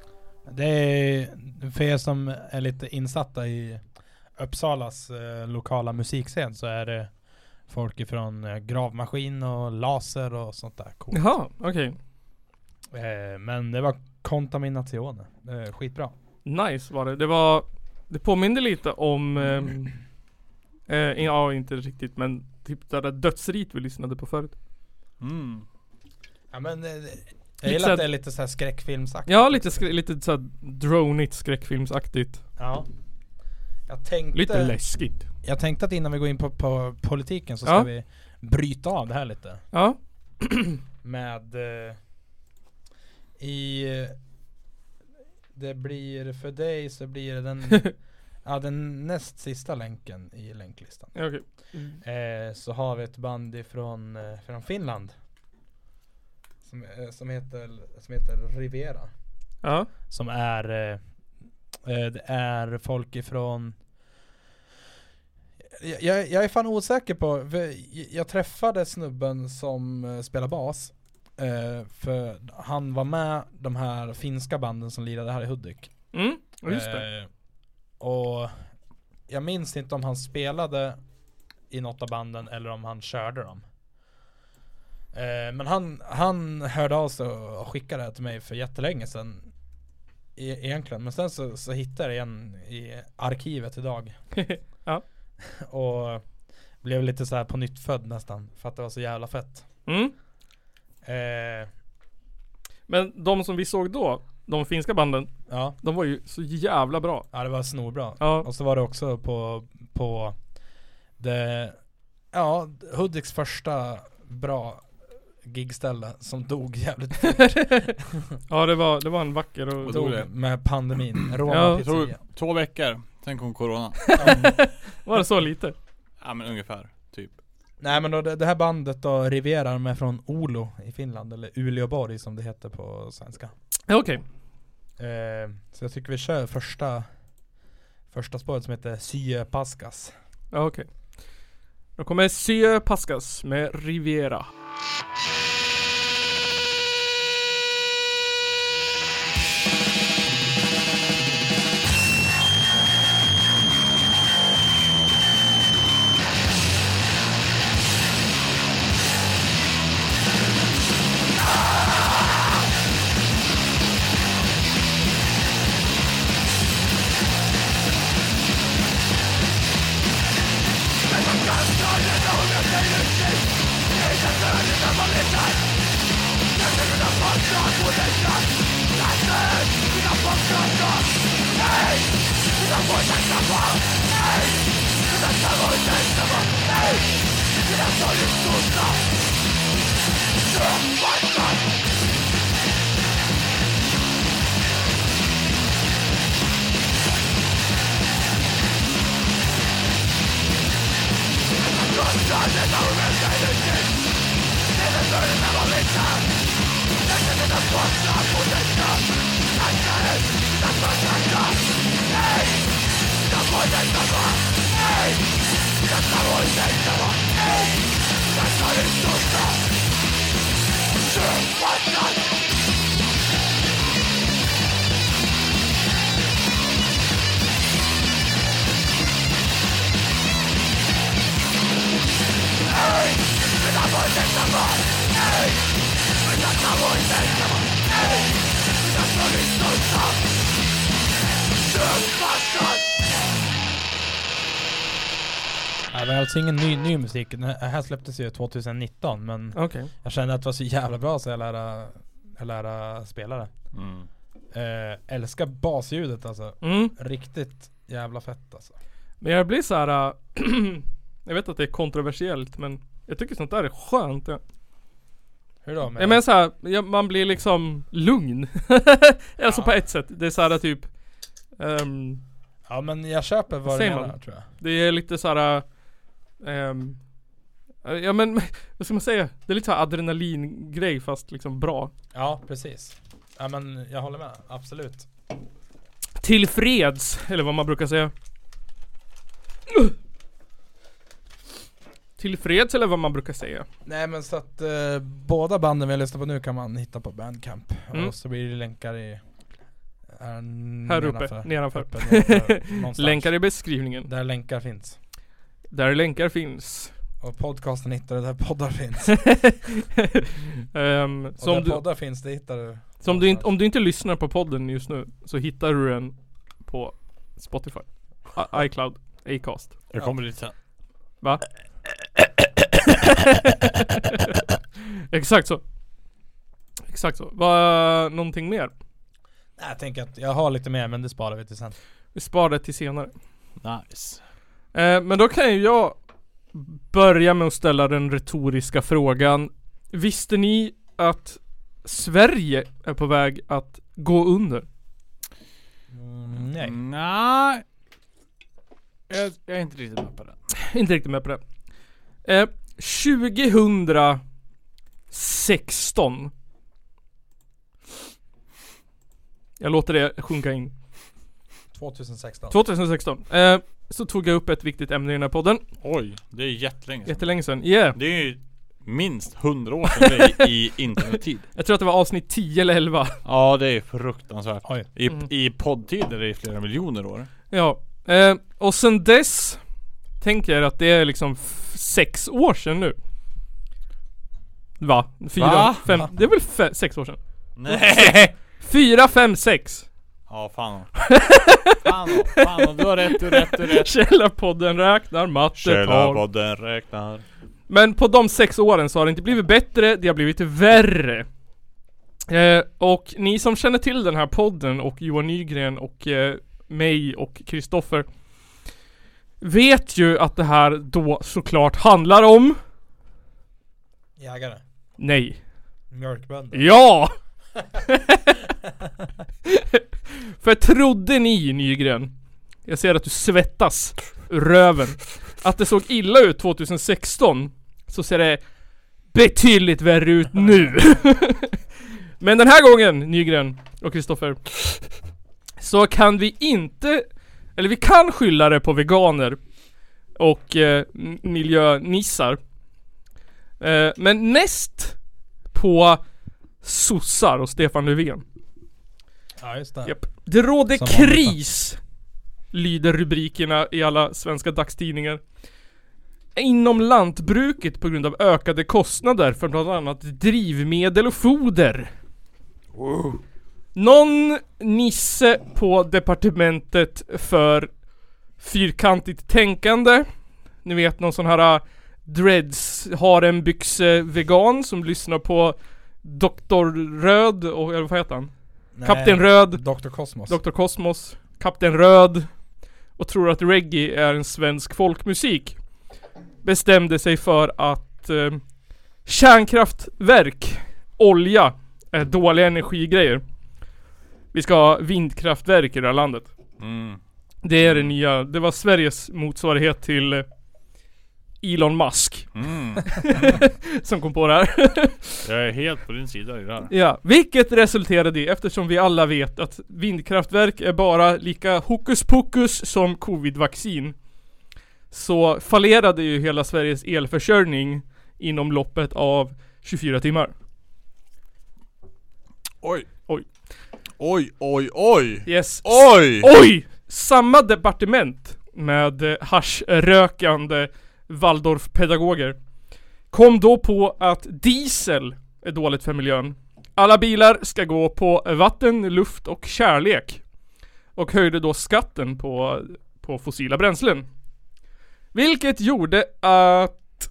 Speaker 5: Det är för er som är lite insatta i Uppsalas eh, lokala musikscen så är det folk ifrån eh, gravmaskin och laser och sånt där coolt.
Speaker 3: Jaha, okej.
Speaker 5: Eh, men det var kontaminationer. Eh, skitbra.
Speaker 3: Nice var det. Det var... Det påminde lite om... ehm, Eh, ja, inte riktigt men typ det där dödsrit vi lyssnade på förut.
Speaker 4: Mm.
Speaker 5: Ja men eh, jag
Speaker 3: Lite
Speaker 5: gillar
Speaker 3: så
Speaker 5: att
Speaker 3: att-
Speaker 5: det är lite såhär skräckfilmsaktigt.
Speaker 3: Ja, lite, skrä- lite såhär dronigt skräckfilmsaktigt.
Speaker 5: Ja. Jag tänkte,
Speaker 3: Lite läskigt.
Speaker 5: jag tänkte att innan vi går in på, på politiken så ska
Speaker 3: Ja.
Speaker 5: vi bryta av det här lite.
Speaker 3: Ja.
Speaker 5: Med eh, i eh, det blir för dig så blir det den,
Speaker 3: [laughs]
Speaker 5: ja, den näst sista länken i länklistan.
Speaker 3: Ja, Okej.
Speaker 5: Eh, så har vi ett band ifrån eh, från Finland. Som, eh, som, heter, som heter Rivera.
Speaker 3: Ja.
Speaker 5: Som är eh, eh, Det är folk ifrån jag, jag, jag är fan osäker på för jag- Jag träffade snubben som eh, spelar bas eh, För han var med de här finska banden som lirade här i Hudik
Speaker 3: Mm, just det.
Speaker 5: Eh, Och jag minns inte om han spelade i något av banden eller om han körde dem. Eh, Men han, han hörde av sig och skickade det här till mig för jättelänge sedan. E- Egentligen, men sen så, så hittade jag det igen i arkivet idag. [laughs]
Speaker 3: [laughs] Ja.
Speaker 5: Och blev lite så här på nytt född nästan. För att det var så jävla fett.
Speaker 3: Mm.
Speaker 5: Eh,
Speaker 3: Men de som vi såg då, de finska banden,
Speaker 5: ja,
Speaker 3: de var ju så jävla bra.
Speaker 5: ja, det var snorbra.
Speaker 3: Ja.
Speaker 5: Och så var det också på, på det, ja, Hudiks första bra gigställe som dog jävligt fort.
Speaker 3: Ja det var, det var en vacker och...
Speaker 4: Vad dog det?
Speaker 5: dog med pandemin. Roma
Speaker 3: Ja.
Speaker 4: Jag tror
Speaker 5: pizzeria.
Speaker 4: två veckor, sen kom [laughs] corona.
Speaker 3: Var det så lite?
Speaker 4: Ja men ungefär, typ.
Speaker 5: Nej men då, det, det här bandet då, Rivera, med från Olo i Finland, eller Uleåborg som det heter på svenska.
Speaker 3: Ja, Okej.
Speaker 5: Eh, så jag tycker vi kör första, första spåret som heter Sye Paskas.
Speaker 3: Ja okej. Då kommer Sio Pascas med Riviera.
Speaker 5: Ja, det är alltså ingen ny, ny musik, den här- här släpptes ju 2019 men
Speaker 3: Okej.
Speaker 5: jag kände att det var så jävla bra så jag lärde, jag lärde spela det.
Speaker 4: Mm.
Speaker 5: Eh, älskar basljudet alltså.
Speaker 3: Mm.
Speaker 5: Riktigt jävla fett alltså.
Speaker 3: Men jag blir så här. äh, [clears throat] jag vet att det är kontroversiellt men jag tycker sånt där är skönt. Jag,
Speaker 5: Hur då? Med
Speaker 3: jag menar så här, jag, man blir liksom lugn. [laughs] alltså
Speaker 5: Ja.
Speaker 3: på ett sätt. Det är så här typ ehm,
Speaker 5: Ja men jag köper vad du
Speaker 3: Säger man?
Speaker 5: menar tror jag.
Speaker 3: Det är lite så här. ehm, ja men [laughs] vad ska man säga? Det är lite så här adrenalingrej fast liksom bra.
Speaker 5: Ja precis. Ja men jag håller med, absolut.
Speaker 3: Tillfreds, eller vad man brukar säga. tillfreds eller vad man brukar säga.
Speaker 5: Nej men så att eh, båda banden vi har lyssnat på nu kan man hitta på Bandcamp.
Speaker 3: Mm.
Speaker 5: Och så blir det länkar i... Här,
Speaker 3: Här uppe, nedanför.
Speaker 5: Uppe,
Speaker 3: [laughs]
Speaker 5: nedanför någonstans.
Speaker 3: Länkar i beskrivningen.
Speaker 5: Där länkar finns.
Speaker 3: Där länkar
Speaker 5: [laughs]
Speaker 3: finns.
Speaker 5: Och podcasten hittar du där poddar
Speaker 3: [laughs]
Speaker 5: finns.
Speaker 3: Ehm,
Speaker 5: Och
Speaker 3: så om
Speaker 5: där
Speaker 3: du,
Speaker 5: poddar finns, det hittar du.
Speaker 3: så om, du inte, om du inte lyssnar på podden just nu så hittar du den på Spotify, I- iCloud, Acast.
Speaker 4: Jag kommer dit sen.
Speaker 3: Va? [laughs] Exakt så. Exakt så. Var någonting mer?
Speaker 5: Nej jag tänker att jag har lite mer men det sparar vi till sen.
Speaker 3: Vi sparar det till senare.
Speaker 4: Nice.
Speaker 3: Eh, men då kan ju jag börja med att ställa den retoriska frågan. Visste ni att Sverige är på väg att gå under? [laughs]
Speaker 5: Mm, nej.
Speaker 4: Nej. Jag, jag är inte riktigt med på det.
Speaker 3: Inte riktigt med på det. Eh, 2016 Jag låter det sjunka in.
Speaker 5: 2016.
Speaker 3: 2016. Eh, så tog jag upp ett viktigt ämne i den här podden.
Speaker 4: Oj, det är jättelänge sedan.
Speaker 3: Jättelänge sedan. Yeah.
Speaker 4: Det är ju minst hundra år sedan det är i [laughs] internettid.
Speaker 3: Jag tror att det var avsnitt 10 eller 11.
Speaker 4: Ja det är fruktansvärt.
Speaker 5: Oj.
Speaker 4: I,
Speaker 3: Mm.
Speaker 4: I poddtider är det flera miljoner år.
Speaker 3: Ja, eh, och sen dess tänker jag att det är liksom f- sex år sedan nu. Va? Fyra,
Speaker 4: Va?
Speaker 3: fem, det är väl fe- sex år sedan?
Speaker 4: [laughs] Nej!
Speaker 3: Fyra, fem, sex!
Speaker 4: Ja [laughs] fan. fan, fan du har rätt, du har rätt, du har rätt.
Speaker 3: Källarpodden räknar matte tal.
Speaker 4: Källarpodden räknar.
Speaker 3: Men på de sex åren så har det inte blivit bättre, det har blivit värre. Eh, och ni som känner till den här podden och Johan Nygren och eh, mig och Kristoffer vet ju att det här då såklart handlar om
Speaker 5: Jägare.
Speaker 3: Nej.
Speaker 5: Mjölkbönder.
Speaker 3: Ja! För trodde ni Nygren, jag ser att du svettas ur röven, att det såg illa ut 2016 så ser det betydligt värre ut nu. [laughs] Men den här gången Nygren och Kristoffer så kan vi inte, eller vi kan skylla det på veganer och eh, m- miljönissar. Eh, men näst på sossar och Stefan Löfven.
Speaker 5: Ja just det.
Speaker 3: Japp. Det råder
Speaker 5: Som vanligt, va?
Speaker 3: kris, lyder rubrikerna i alla svenska dagstidningar. Inom lantbruket på grund av ökade kostnader för bland annat drivmedel och foder. Någon nisse på departementet för fyrkantigt tänkande. Ni vet någon sån här äh, dreads har en byxe vegan som lyssnar på Doktor Röd och, eller vad heter han?
Speaker 5: Nej.
Speaker 3: Kapten Röd.
Speaker 5: Dr. Cosmos.
Speaker 3: Dr. Cosmos, Kapten Röd och tror att reggae är en svensk folkmusik. Bestämde sig för att eh, kärnkraftverk, olja, är dåliga energigrejer. Vi ska ha vindkraftverk i det här landet.
Speaker 4: Mm.
Speaker 3: Det är det nya, det var Sveriges motsvarighet till eh, Elon Musk
Speaker 4: Mm.
Speaker 3: [laughs] som kom på det här.
Speaker 4: Jag är helt på din sida i det här.
Speaker 3: Ja, vilket resulterade i, eftersom vi alla vet att vindkraftverk är bara lika hokus pokus som covidvaccin. Så fallerade ju hela Sveriges elförsörjning inom loppet av 24 timmar.
Speaker 4: Oj.
Speaker 3: Oj.
Speaker 4: Oj, oj, oj.
Speaker 3: Yes.
Speaker 4: Oj!
Speaker 3: Oj! Samma departement med eh, haschrökande Waldorfpedagoger kom då på att diesel är dåligt för miljön. Alla bilar ska gå på vatten, luft och kärlek. Och höjde då skatten på, på fossila bränslen. Vilket gjorde att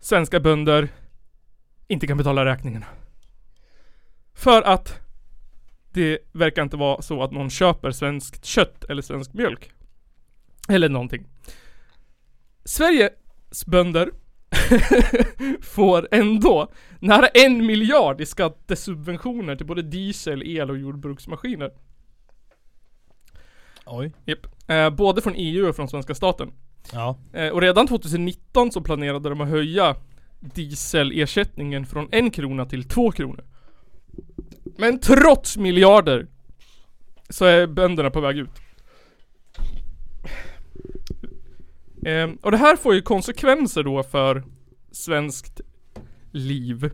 Speaker 3: svenska bönder inte kan betala räkningarna. För att det verkar inte vara så att någon köper svenskt kött eller svensk mjölk. Eller någonting. Sveriges bönder [laughs] får ändå nära en miljard i skattesubventioner till både diesel, el och jordbruksmaskiner.
Speaker 5: Oj.
Speaker 3: Japp. Eh, både från EU och från svenska staten.
Speaker 5: Ja.
Speaker 3: Eh, och redan 2019 så planerade de att höja dieselersättningen från en krona till två kronor. Men trots miljarder så är bönderna på väg ut. Ehm, och det här får ju konsekvenser då för svenskt liv,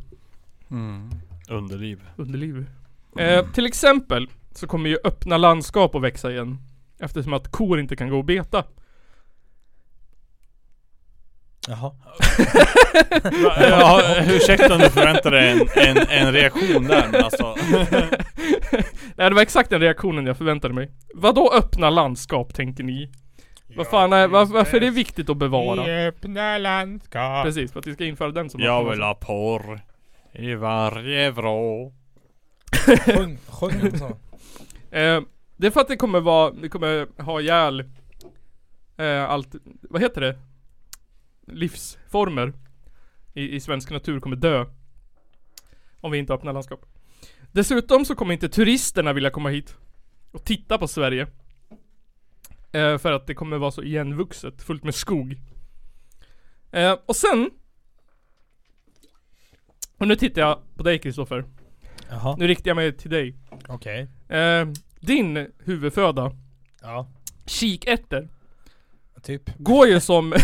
Speaker 4: Mm. Underliv.
Speaker 3: underliv. Ehm, till exempel så kommer ju öppna landskap att växa igen. Eftersom att kor inte kan gå och beta.
Speaker 5: Jaha.
Speaker 4: ja, ursäkta om du förväntade dig en, en, en reaktion där men alltså.
Speaker 3: [laughs] Nej det var exakt den reaktionen jag förväntade mig. Vadå öppna landskap tänker ni? Vad fan är, var, varför är det viktigt att bevara?
Speaker 5: I öppna landskap.
Speaker 3: Precis, för att vi ska införa den som
Speaker 4: Jag vill ha porr. I varje vrå.
Speaker 5: Sjung, sjung inte så.
Speaker 3: Eh, det är för att det kommer vara, det kommer ha ihjäl eh, allt, vad heter det? Livsformer i, i svensk natur kommer dö. Om vi inte öppnar landskap. Dessutom så kommer inte turisterna vilja komma hit och titta på Sverige. Eh, för att det kommer vara så igenvuxet, fullt med skog. Eh, och sen och nu tittar jag på dig Kristoffer.
Speaker 5: Jaha.
Speaker 3: Nu riktar jag mig till dig.
Speaker 5: Okej.
Speaker 3: Eh, din huvudföda,
Speaker 5: Ja.
Speaker 3: kikärtor,
Speaker 5: Typ.
Speaker 3: går ju som,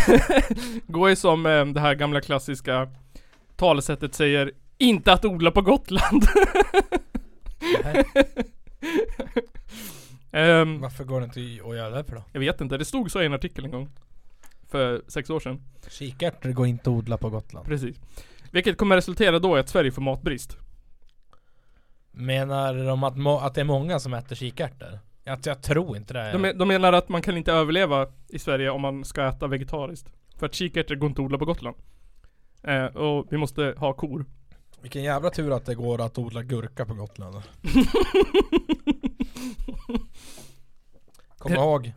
Speaker 3: [laughs] går ju som eh, det här gamla klassiska talesättet säger, inte att odla på Gotland.
Speaker 5: Nej.
Speaker 3: Ehm,
Speaker 5: Varför går det inte att göra det för då?
Speaker 3: jag vet inte, det stod så i en artikel en gång. För sex år sedan.
Speaker 5: Kikärtor går inte att odla på Gotland.
Speaker 3: Precis. Vilket kommer resultera då i att Sverige får matbrist.
Speaker 5: Menar de att, må- att det är många som äter kikärtor? Jag, jag tror inte det.
Speaker 3: De, me- de menar att man kan inte överleva i Sverige om man ska äta vegetariskt. För att kikärtor går inte att odla på Gotland. Eh, och vi måste ha kor.
Speaker 5: Vilken jävla tur att det går att odla gurka på Gotland. Kom
Speaker 3: Det-
Speaker 5: ihåg,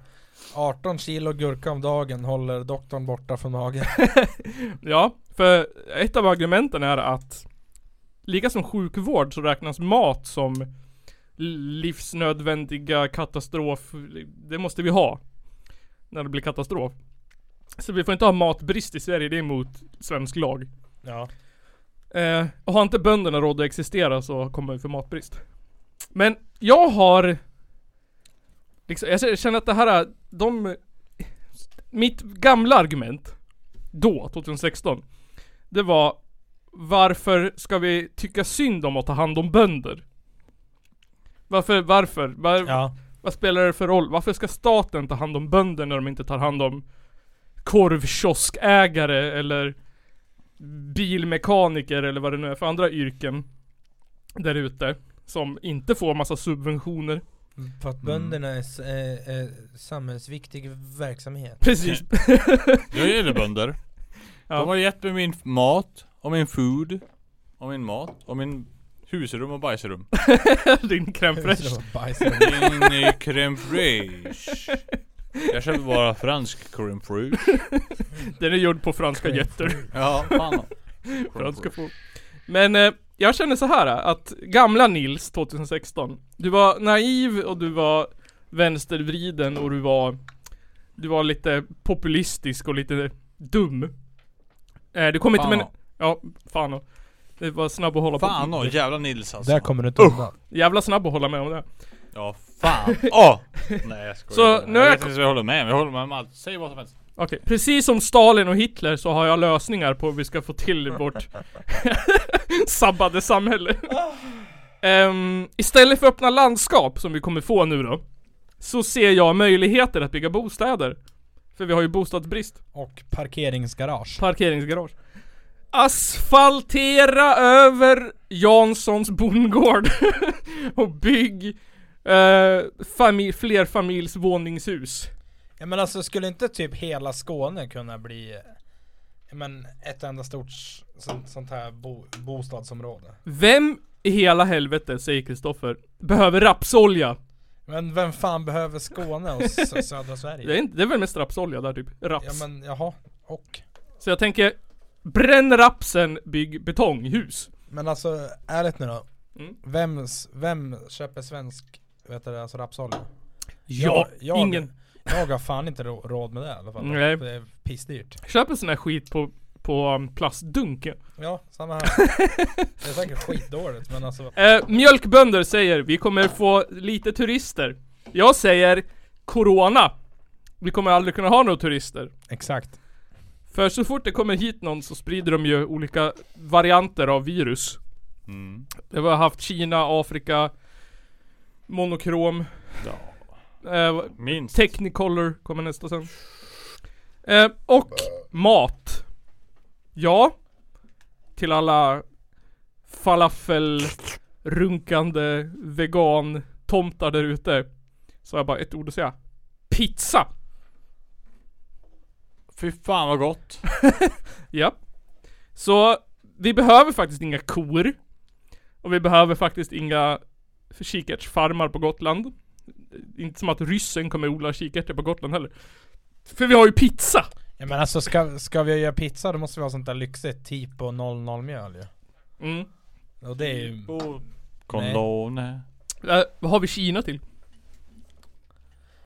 Speaker 5: 18 kilo gurka om dagen håller doktorn borta från magen.
Speaker 3: Ja, för ett av argumenten är att lika som sjukvård så räknas mat som livsnödvändiga katastrof. Det måste vi ha. När det blir katastrof. Så vi får inte ha matbrist i Sverige, det är emot svensk lag.
Speaker 5: Ja.
Speaker 3: Eh, och har inte bönderna råd att existera så kommer vi få matbrist. Men jag har... Liksom, jag känner att det här, är- de... Mitt gamla argument, då, 2016. Det var, varför ska vi tycka synd om att ta hand om bönder? Varför, varför? Var,
Speaker 5: Ja.
Speaker 3: Vad spelar det för roll? Varför ska staten ta hand om bönder när de inte tar hand om korvkioskägare eller bilmekaniker eller vad det nu är för andra yrken där ute som inte får massa subventioner.
Speaker 5: För att bönderna är s- eh, eh, samhällsviktig verksamhet.
Speaker 3: Precis.
Speaker 4: Jag gillar bönder.
Speaker 3: Ja.
Speaker 4: De har gett mig min mat, och min food, och min mat, och min husrum och bajsrum.
Speaker 3: [laughs] Din crème
Speaker 5: [laughs]
Speaker 3: fraîche.
Speaker 4: Min crème fraîche. Jag köper bara fransk crème fraîche.
Speaker 3: Den är gjord på franska getter.
Speaker 4: Ja, fan.
Speaker 3: Franska folk. Men eh, jag känner så här eh, att gamla Nils 2016, du var naiv och du var vänstervriden och du var Du var lite populistisk och lite dum. Eh, du kom inte med...
Speaker 4: Fan.
Speaker 3: Ja, fan och. Det var snabb att hålla
Speaker 4: Fan
Speaker 3: på.
Speaker 4: och jävla Nils alltså.
Speaker 5: Där kommer du inte undan.
Speaker 3: Jävla snabb att hålla med om det.
Speaker 4: Ja,
Speaker 5: [laughs]
Speaker 4: fan. Åh! Nej jag skojar.
Speaker 3: Så,
Speaker 4: Så,
Speaker 3: nu
Speaker 4: jag
Speaker 3: har
Speaker 4: vet
Speaker 3: jag-
Speaker 4: inte vad jag håller med om. Jag håller med om allt. Säg vad som helst.
Speaker 3: Okej, precis som Stalin och Hitler så har jag lösningar på hur vi ska få till vårt sabbade samhälle. Ehm, istället för öppna landskap som vi kommer få nu då, så ser jag möjligheter att bygga bostäder. För vi har ju bostadsbrist.
Speaker 5: Och parkeringsgarage.
Speaker 3: Parkeringsgarage. Asfaltera över Janssons bondgård [laughs] och bygg eh, fami- flerfamiljsvåningshus.
Speaker 5: Ja men alltså skulle inte typ hela Skåne kunna bli eh, men ett enda stort s- sånt, sånt här bo, bostadsområde?
Speaker 3: Vem i hela helvete, säger Kristoffer, behöver rapsolja?
Speaker 5: Men vem fan behöver Skåne och s- södra Sverige?
Speaker 3: Det är, inte, det är väl mest rapsolja där typ? Raps.
Speaker 5: Ja men jaha, och?
Speaker 3: Så jag tänker, bränn rapsen, bygg betonghus.
Speaker 5: Men alltså ärligt nu då.
Speaker 3: Mm.
Speaker 5: Vem, s- vem köper svensk, vet du det, alltså rapsolja?
Speaker 3: Ja,
Speaker 5: jag,
Speaker 3: ingen.
Speaker 5: Jag har fan inte rå- råd med det i alla fall.
Speaker 3: Nej.
Speaker 5: Det är pissdyrt.
Speaker 3: Köp en sån här skit på, på um, plastdunk.
Speaker 5: Ja,
Speaker 3: [laughs]
Speaker 5: samma här. det är säkert skitdåligt men alltså.
Speaker 3: Eh, mjölkbönder säger, vi kommer få lite turister. Jag säger, Corona. Vi kommer aldrig kunna ha några turister.
Speaker 5: Exakt.
Speaker 3: För så fort det kommer hit någon så sprider de ju olika varianter av virus.
Speaker 4: Mm.
Speaker 3: Det har haft Kina, Afrika, monokrom,
Speaker 4: Ja.
Speaker 3: eh,
Speaker 4: Minst.
Speaker 3: Technicolor kommer nästa sen. Eh, och mat. Ja. Till alla falafel runkande vegan tomtar där ute. Så har jag bara ett ord att säga. Pizza!
Speaker 4: Fy fan vad gott.
Speaker 3: Ja. Så vi behöver faktiskt inga kor. Och vi behöver faktiskt inga kikärtsfarmar på Gotland. Inte som att ryssen kommer odla kikärtor på Gotland heller. För vi har ju pizza!
Speaker 5: Ja, men alltså ska, ska vi göra pizza då måste vi ha sånt där lyxigt typ och 00 mjöl ju.
Speaker 3: Mm.
Speaker 5: Och det är ju...
Speaker 4: Condone.
Speaker 3: Eh, vad har vi Kina till?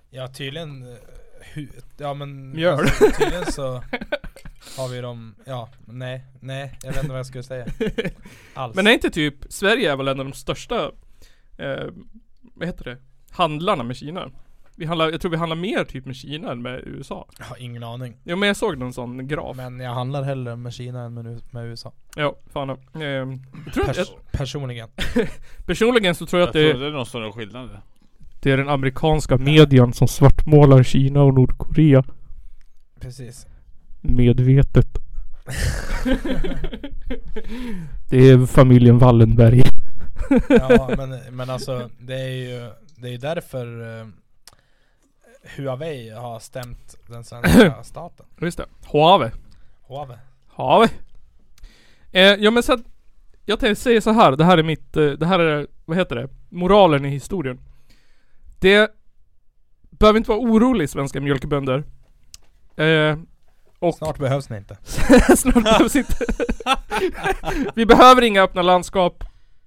Speaker 5: Ja tydligen... eh, Hu, ja men...
Speaker 3: Mjöl.
Speaker 5: Alltså, tydligen så
Speaker 3: [laughs]
Speaker 5: har vi dem... Ja, nej, nej. Jag vet inte vad jag skulle säga. Alls.
Speaker 3: Men är inte typ Sverige är väl en av de största eh, Vad heter det? Handlarna med Kina vi handlar, Jag tror vi handlar mer typ med Kina än med USA
Speaker 5: Jag har ingen aning.
Speaker 3: Jo men jag såg någon sån graf
Speaker 5: Men jag handlar hellre med Kina än med, U- med USA.
Speaker 3: Ja, fan eh, jag tror att, jag,
Speaker 5: Pers- personligen.
Speaker 3: Personligen så tror jag
Speaker 4: Jag
Speaker 3: att
Speaker 4: trodde
Speaker 3: det,
Speaker 4: det är någon större skillnad.
Speaker 3: det är den amerikanska median som svartmålar Kina och Nordkorea
Speaker 5: Precis.
Speaker 3: [laughs] Medvetet Det är familjen Wallenberg [laughs]
Speaker 5: Ja men, men alltså det är ju... Det är ju därför eh, Huawei har stämt
Speaker 3: [clears throat]
Speaker 5: den svenska staten.
Speaker 3: Just det, Huawei
Speaker 5: Huawei.
Speaker 3: Har vi. Eh, ja men så att, Jag tänkte säga så här. Det här är mitt, eh, det här är, vad heter det? Moralen i historien. Det behöver inte vara orolig svenska mjölkbönder. Eh, och
Speaker 5: Snart behövs ni inte.
Speaker 3: [laughs] snart behövs inte. Vi behöver inga öppna landskap.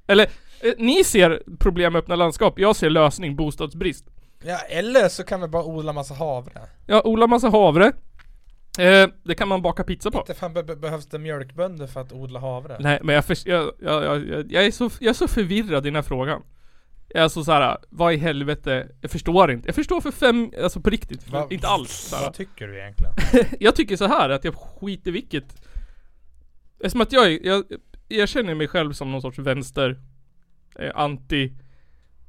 Speaker 3: Eller, eh, ni ser problem med öppna landskap. Jag ser lösning bostadsbrist.
Speaker 5: Ja, eller så kan vi bara odla massa havre.
Speaker 3: Jag odlar massa havre. Eh, det kan man baka pizza på.
Speaker 5: Inte fan be- be- behövs det mjölkbönder för att odla havre.
Speaker 3: Nej men jag, förs- jag, jag, jag, jag, jag, är så, jag är så förvirrad i den här frågan. Jag är så såhär, vad i helvete, jag förstår inte. Jag förstår för fem, alltså på riktigt,
Speaker 5: Va-
Speaker 3: inte alls. Såhär.
Speaker 5: Vad tycker du egentligen?
Speaker 3: Jag tycker så här att jag skiter vilket. Eftersom att jag, är- jag, jag känner mig själv som någon sorts vänster, eh, anti,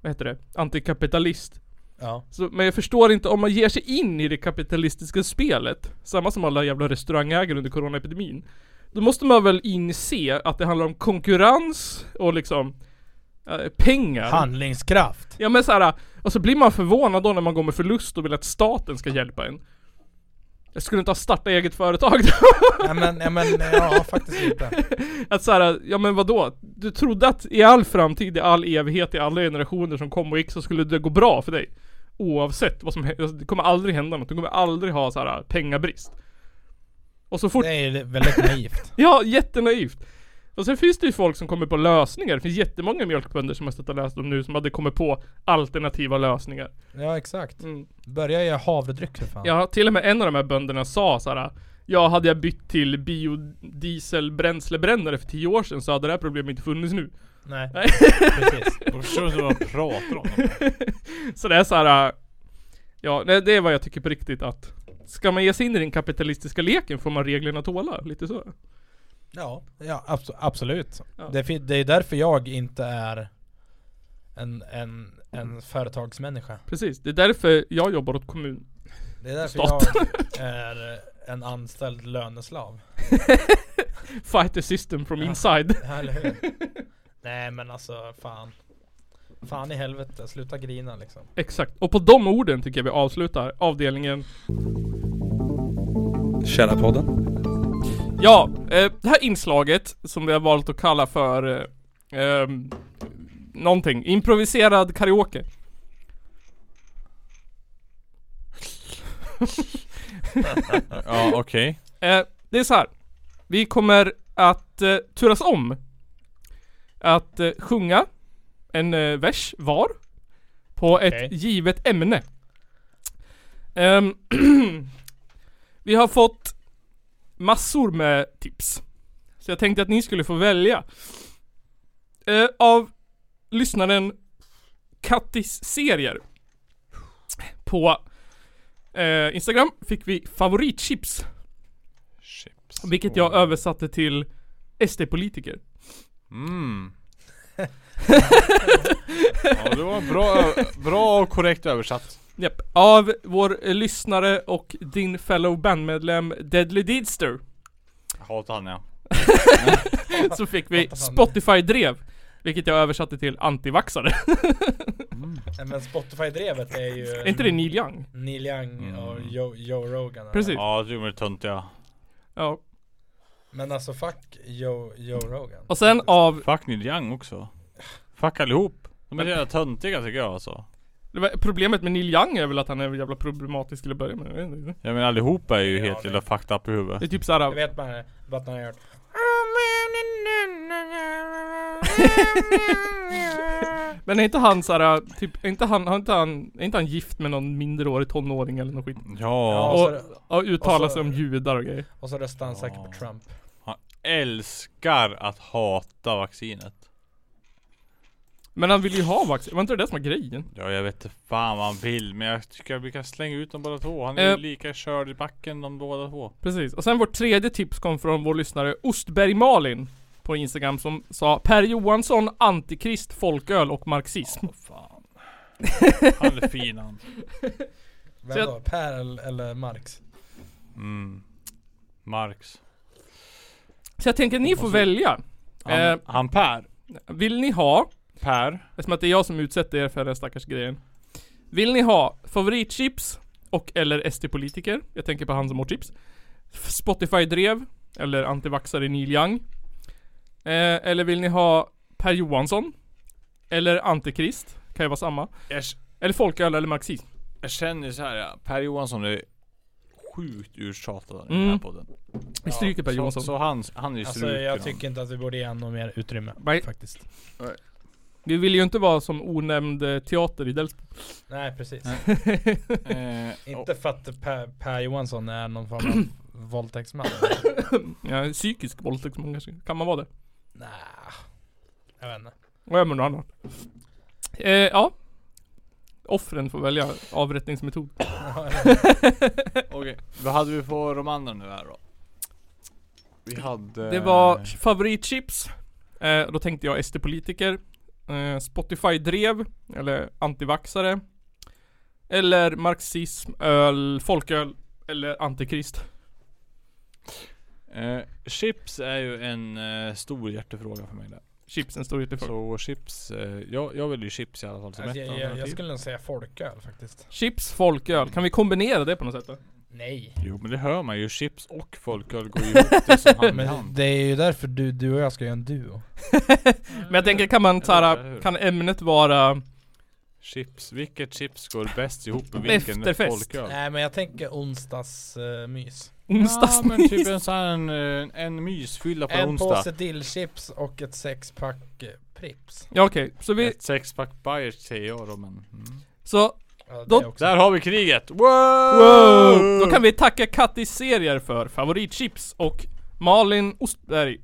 Speaker 3: vad heter det, antikapitalist.
Speaker 5: Ja.
Speaker 3: Så, men jag förstår inte om man ger sig in i det kapitalistiska spelet, samma som alla jävla restaurangägare under coronaepidemin. Då måste man väl inse att det handlar om konkurrens och liksom eh, pengar.
Speaker 5: Handlingskraft.
Speaker 3: Ja men såhär, och så blir man förvånad då när man går med förlust och vill att staten ska hjälpa en. Jag skulle inte ha startat eget företag då. [laughs]
Speaker 5: Nej men, nej, men ja faktiskt lite.
Speaker 3: Att såhär, ja men vadå? Du trodde att i all framtid, i all evighet, i alla generationer som kom och gick så skulle det gå bra för dig. Oavsett vad som händer, alltså, det kommer aldrig hända något. Du kommer aldrig ha såhär pengabrist. Och så fort,
Speaker 5: Det är ju väldigt naivt.
Speaker 3: ja jättenaivt. Och sen finns det ju folk som kommer på lösningar. Det finns jättemånga mjölkbönder som jag stött och läst om nu som hade kommit på alternativa lösningar.
Speaker 5: Ja exakt.
Speaker 3: Mm.
Speaker 5: Börja göra havredryck för fan.
Speaker 3: Ja, till och med en av de här bönderna sa så här. Ja, hade jag bytt till biodieselbränslebrännare för tio år sedan så hade det här problemet inte funnits nu. [laughs]
Speaker 5: Nej.
Speaker 3: Nej.
Speaker 5: Precis.
Speaker 4: Jag förstår inte vad de pratar om.
Speaker 3: Så det är så här. äh, Ja, det, det är vad jag tycker på riktigt att Ska man ge sig in i den kapitalistiska leken får man reglerna tåla, lite så.
Speaker 5: Ja, ja abso- absolut.
Speaker 3: Ja.
Speaker 5: Det, är fi- det är därför jag inte är en, en, en företagsmänniska.
Speaker 3: Precis, det är därför jag jobbar åt kommun.
Speaker 5: Det är därför jag är en anställd löneslav.
Speaker 3: Fight the system from
Speaker 5: Ja.
Speaker 3: inside.
Speaker 5: Ja, Eller hur? Nej men alltså fan. Fan i helvete, sluta grina liksom.
Speaker 3: Exakt. Och på de orden tycker jag vi avslutar avdelningen.
Speaker 2: Källarpodden.
Speaker 3: Ja, eh, det här inslaget som vi har valt att kalla för eh, ehm, någonting. Improviserad karaoke.
Speaker 4: [laughs] Ja okej.
Speaker 3: Eh, det är så här. Vi kommer att eh, turas om att eh, sjunga en eh, vers var på
Speaker 5: Okej.
Speaker 3: ett givet ämne. Ehm, [clears throat] vi har fått massor med tips. Så jag tänkte att ni skulle få välja. Eh, av lyssnaren Kattis serier. På Eh, Instagram fick vi favoritchips.
Speaker 4: Chips.
Speaker 3: Vilket jag översatte till SD-politiker.
Speaker 4: [laughs] Mm. ja, det var bra, bra och korrekt översatt.
Speaker 3: Japp. Av vår eh, lyssnare och din fellow bandmedlem Deadly Deedster.
Speaker 4: Jag hatar han ja.
Speaker 5: [laughs]
Speaker 3: Så fick vi
Speaker 5: Vad fan.
Speaker 3: Spotify-drev. Vilket jag översatte till
Speaker 5: [laughs]
Speaker 3: antivaxare.
Speaker 5: Nej, Men Spotify-drevet är ju...
Speaker 3: Är inte det Neil Young?
Speaker 5: Neil Young och
Speaker 4: Mm.
Speaker 5: Joe, Joe Rogan. eller?
Speaker 3: Precis.
Speaker 4: Ja, det gjorde töntiga.
Speaker 3: Ja.
Speaker 5: Men alltså fuck Joe, Joe Rogan.
Speaker 3: Och sen av,
Speaker 4: Fuck Neil Young också. Fuck allihop. De är så jävla töntiga tycker jag alltså.
Speaker 3: problemet med Neil Young är väl att han är jävla problematisk till att börja med. Jag vet inte.
Speaker 4: Jag menar allihopa är ju
Speaker 5: Ja,
Speaker 4: helt
Speaker 5: det-
Speaker 4: jävla fucked up i
Speaker 3: Det är
Speaker 4: huvudet.
Speaker 3: typ
Speaker 5: Jag
Speaker 3: såhär,
Speaker 5: vet bara vad han har gjort.
Speaker 3: Men är inte han såhär, typ, är inte han, har inte han, är inte han gift med någon minderårig tonåring eller något skit?
Speaker 4: Ja.
Speaker 5: Ja.
Speaker 3: Och,
Speaker 5: så är det-
Speaker 3: och uttalar
Speaker 5: och så-
Speaker 3: sig om judar och grejer.
Speaker 5: Och så röstar han säkert på Trump.
Speaker 4: Han älskar att hata vaccinet.
Speaker 3: Men han vill ju ha vaccin, var inte det det som var grejen?
Speaker 4: Ja jag vet inte fan vad han vill men jag tycker vi kan slänga ut dem båda två. Han är
Speaker 3: Eh.
Speaker 4: ju lika körd i backen de båda två.
Speaker 3: Precis. Och sen vårt tredje tips kom från vår lyssnare Ostberg Malin på Instagram som sa Per Johansson, antikrist, folköl och marxism.
Speaker 4: Fan. Han är fin han.
Speaker 5: Vem
Speaker 3: Så jag-
Speaker 5: då? Per el- eller Marx?
Speaker 4: Mm. Marx.
Speaker 3: Så jag tänker att ni får välja.
Speaker 4: Han,
Speaker 3: Eh.
Speaker 4: han Per.
Speaker 3: Vill ni ha,
Speaker 4: Per.
Speaker 3: eftersom att det är jag som utsätter er för den här stackars grejen. Vill ni ha favoritchips och eller SD-politiker? Jag tänker på han som åt chips. F- Spotify-drev eller antivaxare Neil Young. Eh, eller vill ni ha Per Johansson? Eller antikrist? Kan ju vara samma.
Speaker 4: Jag,
Speaker 3: Eller folköl eller marxism.
Speaker 4: jag känner så här. Ja. Per Johansson är sjukt uttjatad i den här
Speaker 3: Mm.
Speaker 4: podden.
Speaker 3: Vi stryker Per
Speaker 4: Så,
Speaker 3: Johansson.
Speaker 4: så han, han är ju
Speaker 5: Alltså
Speaker 4: struken,
Speaker 5: jag
Speaker 4: han.
Speaker 5: tycker inte att vi borde ge honom mer utrymme.
Speaker 3: Nej.
Speaker 5: Faktiskt.
Speaker 3: Vi vill ju inte vara som onämnd eh, teater i Delsbo.
Speaker 5: Nej
Speaker 4: [laughs]
Speaker 5: precis.
Speaker 4: Eh, och,
Speaker 5: Inte för att per, per Johansson är någon form
Speaker 4: [clears throat]
Speaker 5: av våldtäktsman.
Speaker 3: Ja, psykisk våldtäktsman kanske. Kan man vara det?
Speaker 5: Nej. Jag vet inte.
Speaker 3: Och jag menar annat. Eh, ja. Offren får välja avrättningsmetod.
Speaker 4: okej. Vad hade vi på de andra nu här då? Vi hade...
Speaker 3: Det
Speaker 4: Eh.
Speaker 3: var favoritchips. Eh, då tänkte jag SD-politiker. Eh, Spotify-drev. Eller antivaxare. Eller marxism, öl, folköl. Eller antikrist.
Speaker 4: Eh, chips är ju en eh, stor hjärtefråga för mig där.
Speaker 3: Chipsen står ju för.
Speaker 4: Så chips, eh, jag, jag vill ju chips i alla fall som
Speaker 5: Alltså,
Speaker 4: ett
Speaker 5: jag, jag, jag
Speaker 4: alternativ.
Speaker 5: skulle nog säga folköl faktiskt.
Speaker 3: Chips, folköl. Kan vi kombinera det på något sätt då?
Speaker 5: Nej.
Speaker 4: Jo men det hör man ju, chips och folköl går ju ihop det som hand i
Speaker 5: Men
Speaker 4: hand.
Speaker 5: det är ju därför du, du och jag ska göra en duo.
Speaker 3: Men jag tänker kan man
Speaker 4: Eller
Speaker 3: såhär,
Speaker 4: hur?
Speaker 3: kan ämnet vara
Speaker 4: Chips, vilket chips går bäst ihop med vilken
Speaker 3: Efterfest. [laughs]
Speaker 4: folköl?
Speaker 5: Nej men jag tänker onsdagsmys. [laughs]
Speaker 4: Ja men
Speaker 3: onsdagsmys?
Speaker 4: typ en sån här, en, eh, en mysfylla på en
Speaker 5: en
Speaker 4: onsdag.
Speaker 5: påse dillchips och ett sexpack eh, Pripps.
Speaker 3: Ja okej, så vi,
Speaker 4: Ett sexpack Bayers säger jag då men. Mm.
Speaker 3: så,
Speaker 5: Ja, det
Speaker 3: Då-
Speaker 5: också.
Speaker 4: Där har vi kriget! Wow!
Speaker 3: wow! Då kan vi tacka Kattis Serier för favoritchips och Malin Ostberg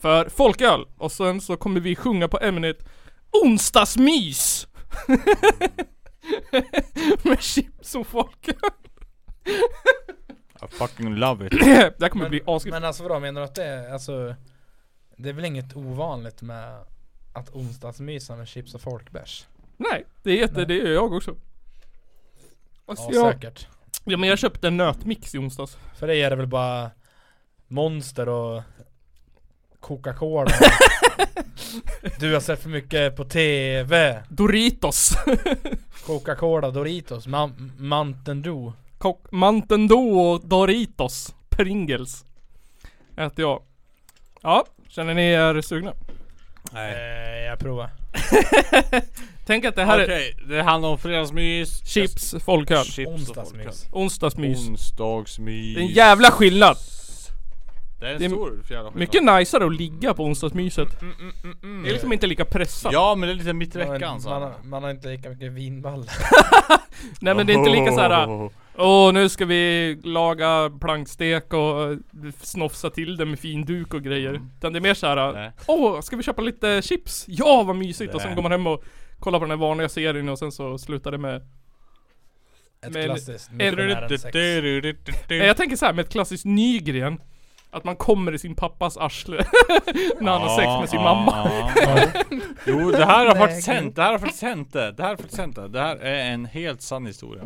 Speaker 3: för folköl. Och sen så kommer vi sjunga på ämnet
Speaker 5: [laughs]
Speaker 3: onsdagsmys! Med chips och
Speaker 5: [laughs]
Speaker 3: folköl.
Speaker 4: I fucking love it.
Speaker 3: det här kommer bli
Speaker 5: men,
Speaker 3: askul.
Speaker 5: men alltså vadå, menar du att det är, alltså Det är väl inget ovanligt med att onsdagsmysa med chips och folkbärs?
Speaker 3: Nej, det är jätte,
Speaker 5: Nej.
Speaker 3: det gör jag också. Alltså,
Speaker 5: Ja,
Speaker 3: jag,
Speaker 5: säkert.
Speaker 3: ja men jag köpte en nötmix i onsdags.
Speaker 5: För dig är det väl bara Monster och
Speaker 3: [laughs]
Speaker 5: Coca-Cola Du har sett för mycket på TV
Speaker 3: Doritos. [laughs]
Speaker 5: Coca-Cola, Doritos, Man- Mountain Dew
Speaker 3: Kock, Mountain Dew och Doritos Pringles Äter jag Ja, känner ni er sugna?
Speaker 4: Nej.
Speaker 5: eh, Jag provar
Speaker 3: Tänk att det här
Speaker 4: Okej,
Speaker 3: är
Speaker 4: det handlar om fredagsmys.
Speaker 3: chips, folköl,
Speaker 4: Chips och
Speaker 5: Onsdagsmys
Speaker 3: onsdagsmys
Speaker 4: Onsdagsmys.
Speaker 3: Det är en jävla skillnad!
Speaker 4: Det är en
Speaker 3: det är
Speaker 4: stor jävla skillnad.
Speaker 3: Mycket najsare att ligga på onsdagsmyset
Speaker 4: Mm, mm, mm, mm.
Speaker 3: Det är liksom inte lika pressat
Speaker 4: Ja men det är lite mitt i
Speaker 5: Man-
Speaker 4: veckan så.
Speaker 5: man, har- man har inte lika mycket vinballar
Speaker 3: Nej men det är inte lika
Speaker 4: [laughs]
Speaker 3: såhär
Speaker 4: Ohohoho.
Speaker 3: Åh nu ska vi laga plankstek och eh, snofsa till det med fin duk och grejer Utan det är mer såhär
Speaker 4: Mm. Nej.
Speaker 3: Åh, ska vi köpa lite chips? Ja, vad mysigt! Och sen
Speaker 4: Nej.
Speaker 3: går man hem och kollar på den här vanliga serien och sen så slutar det med
Speaker 5: Ett
Speaker 3: Men-
Speaker 5: klassiskt
Speaker 3: Är det-
Speaker 5: missionären sex.
Speaker 4: Mm.
Speaker 3: Nej, Jag tänker så här med ett klassiskt Nygren Att man kommer i sin pappas arsle [laughs] När han har sex med sin
Speaker 4: Ah,
Speaker 3: mamma
Speaker 4: Jo det här har
Speaker 5: Nej,
Speaker 4: faktiskt
Speaker 5: gud.
Speaker 4: hänt, det här har faktiskt hänt det. Det här har faktiskt hänt det. Det här är en helt
Speaker 3: [laughs]
Speaker 4: sann historia.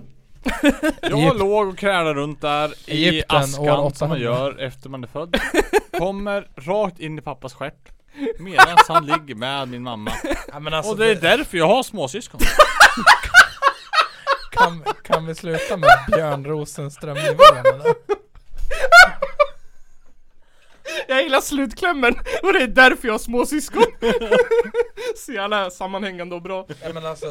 Speaker 4: Jag
Speaker 5: Egypt-
Speaker 4: låg och krälade runt där i
Speaker 5: Egypten, år
Speaker 4: askan som
Speaker 5: 800.
Speaker 4: man gör efter man är född. Kommer rakt in i pappas stjärt. Medan han ligger med
Speaker 3: [laughs]
Speaker 4: min mamma.
Speaker 5: Ja, men alltså,
Speaker 4: Och det är därför jag har småsyskon.
Speaker 5: kan, kan vi sluta med Björn Rosenström-nivån eller?
Speaker 3: Jag gillar slutklämmen [laughs] och det är därför jag har småsyskon [laughs] Så jävla sammanhängande och bra
Speaker 4: Eh.
Speaker 5: Ja, men [laughs] alltså,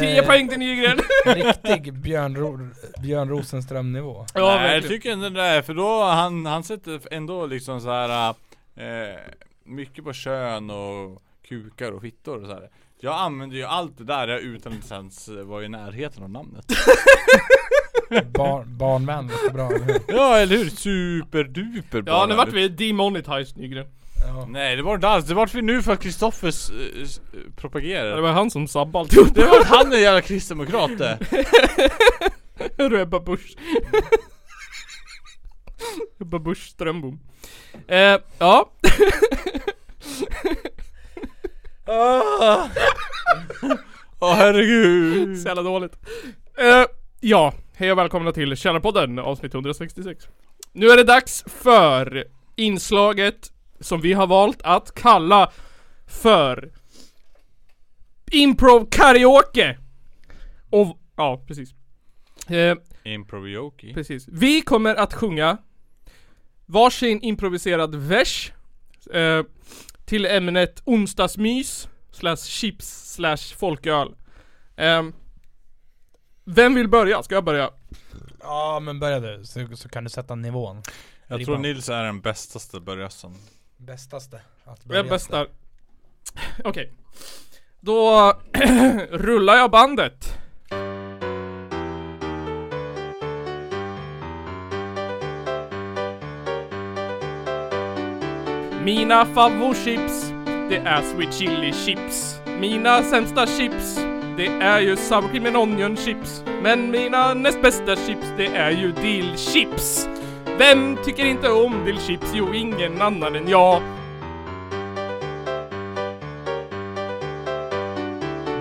Speaker 3: 10 poäng till Nygren [laughs]
Speaker 5: Riktig Björn, Ro Björn Rosenström-nivå.
Speaker 3: Ja
Speaker 4: Nej, jag
Speaker 3: verkligen
Speaker 4: tycker inte det är, för då han, han sätter ändå liksom så här eh, Mycket på kön och kukar och fittor och så här. Jag använder ju allt det där jag utan att ens vara i närheten
Speaker 3: [laughs]
Speaker 4: av namnet
Speaker 5: Bar barnvänligt och bra, eller hur?
Speaker 4: Ja eller hur? Superduper
Speaker 3: Ja
Speaker 4: bara.
Speaker 3: nu vart vi demonetized Nygren
Speaker 5: Ja.
Speaker 4: Nej det var inte alls, det vart vi nu för att Kristoffers eh, s- eh, propagerade
Speaker 3: Det var han som sabbade [laughs] alltihop
Speaker 4: Det var han är jävla kristdemokrat eh. det!
Speaker 3: Röba Busch [laughs] Röba Busch Strömbom eh, Ja Ah!
Speaker 4: Åh herregud!
Speaker 3: [laughs] Så jävla dåligt. Eh, ja, hej och välkomna till Källarpodden avsnitt 166. Nu är det dags för inslaget som vi har valt att kalla för Improv Karaoke! Och, ja precis. Eh,
Speaker 4: Improvioki
Speaker 3: precis. Vi kommer att sjunga varsin improviserad vers eh, till ämnet onsdagsmys slash chips slash folköl. Ehm, vem vill börja? Ska jag börja?
Speaker 5: [laughs] ja men börja du, så, så kan du sätta nivån.
Speaker 4: Jag tror Nils är den bästaste börjasen
Speaker 5: Bästaste. Att
Speaker 3: Vem bästar? Okej. Då [clears throat] rullar jag bandet. Mina favoritchips, det är sweet chili chips. Mina sämsta chips, det är ju sour cream and onion chips. Men mina näst bästa chips, det är ju dill chips. Vem tycker inte om dill chips? Jo, ingen annan än jag.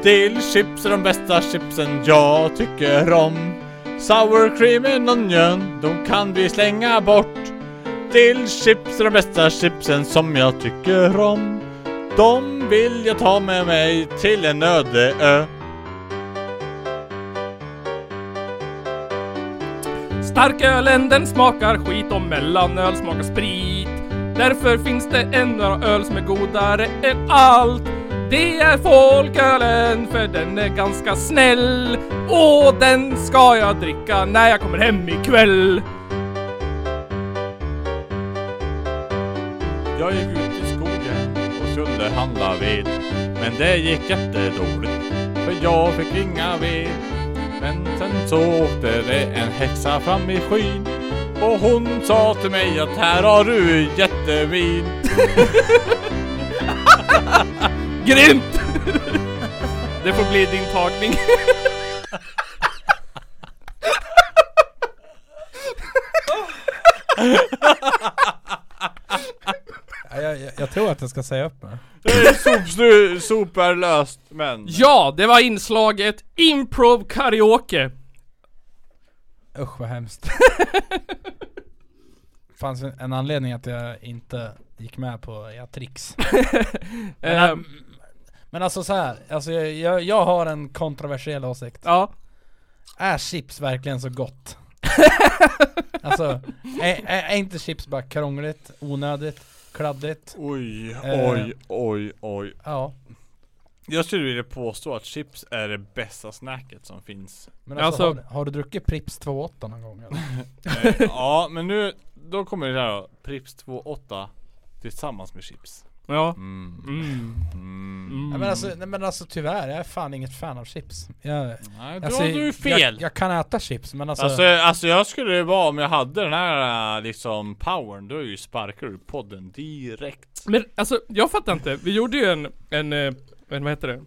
Speaker 4: Dillchips är de bästa chipsen jag tycker om Sour cream and onion, de kan vi slänga bort Dillchips är de bästa chipsen som jag tycker om De vill jag ta med mig till en öde ö
Speaker 3: Starkölen den smakar skit och mellanöl smakar sprit. Därför finns det en öl som är godare än allt. Det är folkölen för den är ganska snäll. Och den ska jag dricka när jag kommer hem ikväll.
Speaker 4: Jag gick ut i skogen och skulle handla ved Men det gick jättedåligt För jag fick inga ved Men sen så åkte det en häxa fram i skyn Och hon sa till mig att här har du en jättevin
Speaker 3: Grymt! [laughs] Det får bli din tagning. [laughs]
Speaker 5: Ja, jag, jag, jag tror att jag ska säga upp mig.
Speaker 4: Det är sopslu- Superlöst men
Speaker 3: Ja, det var inslaget Improv Karaoke.
Speaker 5: Usch vad [laughs] hemskt. fanns en en anledning att jag inte gick med på era tricks.
Speaker 4: äh,
Speaker 5: Men,
Speaker 3: Ehm,
Speaker 5: men alltså så här, alltså jag, jag, jag har en kontroversiell åsikt.
Speaker 3: ja.
Speaker 5: Är chips verkligen
Speaker 4: [laughs]
Speaker 5: så gott? alltså, är, är, är inte chips bara krångligt, onödigt, kladdigt?
Speaker 4: Oj,
Speaker 5: Eh.
Speaker 4: oj, oj, oj
Speaker 5: Ja.
Speaker 4: Jag skulle vilja påstå att chips är det bästa snacket som finns
Speaker 5: Men alltså,
Speaker 3: Alltså-
Speaker 5: har, du- har du druckit Pripps 2.8 någon gång eller?
Speaker 4: Eh, Ja men nu, då kommer det här då Prips 2.8 Tillsammans med chips
Speaker 3: Ja.
Speaker 4: mm.
Speaker 3: Mm.
Speaker 5: Nej, men, alltså, nej, men alltså tyvärr, jag är fan inget fan av chips. Jag,
Speaker 4: Nej, då
Speaker 5: alltså,
Speaker 4: har du
Speaker 5: Jag,
Speaker 4: fel!
Speaker 5: jag kan äta chips men alltså,
Speaker 4: alltså, alltså jag skulle ju vara, om jag hade den här äh, liksom powern, då är ju sparkar du podden direkt
Speaker 3: Men alltså, jag fattar inte. Vi gjorde ju en, en, eh, en vad heter det?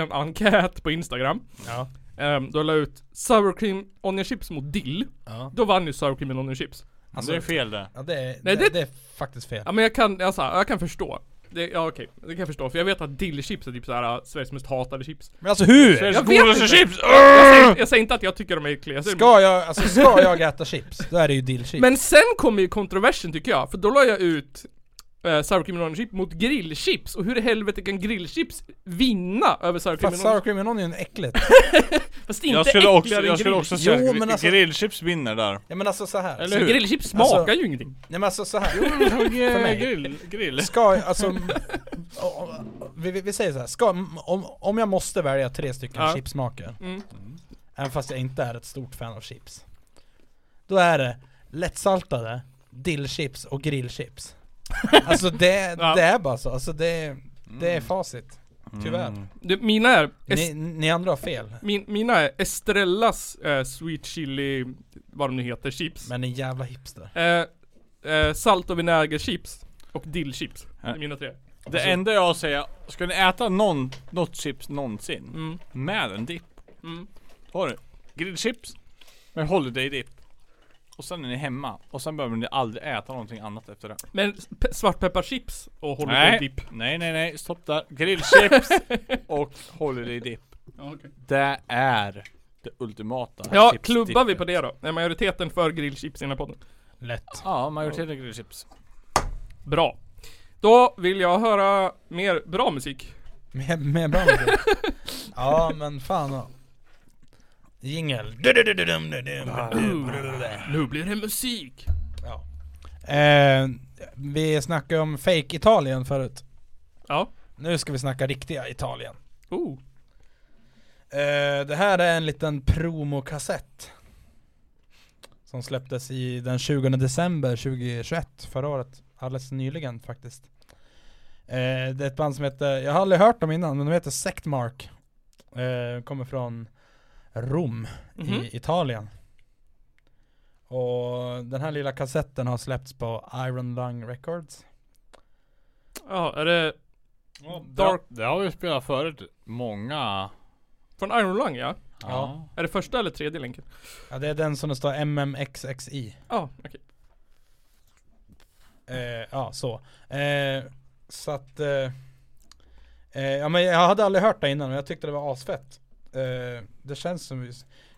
Speaker 3: En enkät på Instagram.
Speaker 5: Ja.
Speaker 3: Ehm, då la jag ut sour cream onion chips mot dill.
Speaker 5: Ja.
Speaker 3: Då vann ju sour cream and onion chips.
Speaker 5: Alltså-
Speaker 4: det är fel det.
Speaker 5: Ja, det, är,
Speaker 3: Nej,
Speaker 5: det,
Speaker 3: det-
Speaker 5: det... är faktiskt fel.
Speaker 3: Ja men jag kan, alltså, jag kan förstå. Det, ja okej, det kan jag förstå. För jag vet att dillchips är typ såhär Sveriges mest hatade chips.
Speaker 5: Men alltså hur?
Speaker 4: Sveriges
Speaker 3: Jag vet
Speaker 4: godaste
Speaker 3: inte.
Speaker 4: chips!
Speaker 3: Jag säger, jag säger inte att jag tycker de är äckliga. Jag säger-
Speaker 5: Ska jag, alltså ska jag äta chips, då är det ju dillchips.
Speaker 3: Men sen kommer ju kontroversen tycker jag, för då la jag ut eh, sour cream and onion chips mot grillchips och hur i helvete kan grillchips vinna över sour cream
Speaker 5: Fast
Speaker 3: and onion
Speaker 5: sour
Speaker 3: chips?
Speaker 5: cream and onion är äckligt.
Speaker 3: Fast inte
Speaker 4: Jag skulle också,
Speaker 3: äckligare
Speaker 4: jag
Speaker 3: än
Speaker 4: skulle
Speaker 3: grill.
Speaker 4: också
Speaker 5: Jo,
Speaker 4: säga
Speaker 5: men
Speaker 4: att
Speaker 5: alltså-
Speaker 4: grillchips vinner där.
Speaker 5: Ja men alltså så här.
Speaker 4: Eller
Speaker 3: Så
Speaker 4: hur?
Speaker 3: Grillchips smakar
Speaker 5: Alltså-
Speaker 3: ju ingenting.
Speaker 5: Nej men alltså så här.
Speaker 4: För
Speaker 3: eh,
Speaker 5: mig.
Speaker 4: Grill, grill.
Speaker 5: Ska jag, alltså, m- o- o- vi, vi- vi säger så här. Ska, m- om, om jag måste välja tre stycken
Speaker 3: Ja.
Speaker 5: chipsmaker,
Speaker 3: Mm.
Speaker 5: även fast jag inte är ett stort fan av chips. Då är det lättsaltade, dillchips och grillchips.
Speaker 3: [laughs]
Speaker 5: Alltså det,
Speaker 3: Ja.
Speaker 5: det är bara så, alltså det, det är facit. Tyvärr.
Speaker 3: Du, mina är,
Speaker 5: Ni, ni andra har fel,
Speaker 3: min, mina är Estrellas eh, sweet chili, vad de nu heter, chips.
Speaker 5: men ni jävla hipster.
Speaker 3: Eh, eh, salt och vinägerchips och dillchips. Det är
Speaker 4: Ja.
Speaker 3: mina tre.
Speaker 4: Det
Speaker 3: Alltså-
Speaker 4: enda jag säger, ska ni äta någon, något chips någonsin
Speaker 3: Mm.
Speaker 4: med en dipp?
Speaker 3: Mm.
Speaker 4: Då har ni grillchips med holiday dipp. Och sen är ni hemma. Och sen behöver ni aldrig äta någonting annat efter det.
Speaker 3: Men pe- svartpepparchips och holiday
Speaker 4: nej.
Speaker 3: dip.
Speaker 4: nej, nej, nej. Stopp där. [laughs] Grillchips och holiday dipp. Det är det ultimata
Speaker 3: Ja,
Speaker 4: chips-
Speaker 3: klubbar vi på
Speaker 4: dippet.
Speaker 3: det då? Är majoriteten för grillchips i den här podden?
Speaker 5: Lätt.
Speaker 4: Ja, majoriteten grillchips.
Speaker 3: Bra. Då vill jag höra mer bra musik.
Speaker 5: Med, med bra med Ja men fan. ja. Jingel.
Speaker 3: Nu blir det musik!
Speaker 5: Eh, vi snackade om fake Italien förut.
Speaker 3: Ja.
Speaker 5: Nu ska vi snacka riktiga Italien.
Speaker 3: Oh.
Speaker 5: Eh, det här är en liten promokassett. Som släpptes i den 20 december 2021, förra året. Alldeles nyligen faktiskt. Eh, det är ett band som heter, jag har aldrig hört dem innan, men de heter Sectmark. Eh, kommer från Rom
Speaker 3: Mhm.
Speaker 5: i Italien. Och den här lilla kassetten har släppts på Iron Lung Records.
Speaker 3: Ja, är det
Speaker 4: Dark. Det har vi spelat förut. Många.
Speaker 3: från Iron Lung ja?
Speaker 5: Ja.
Speaker 3: Är det första eller tredje länken?
Speaker 5: Ja, det är den som det står MMXXI.
Speaker 3: Ja, okej.
Speaker 5: Eh, ja, så. Eh, så att... Eh, eh, ja, men jag hade aldrig hört det innan men jag tyckte det var asfett. Eh, det känns som...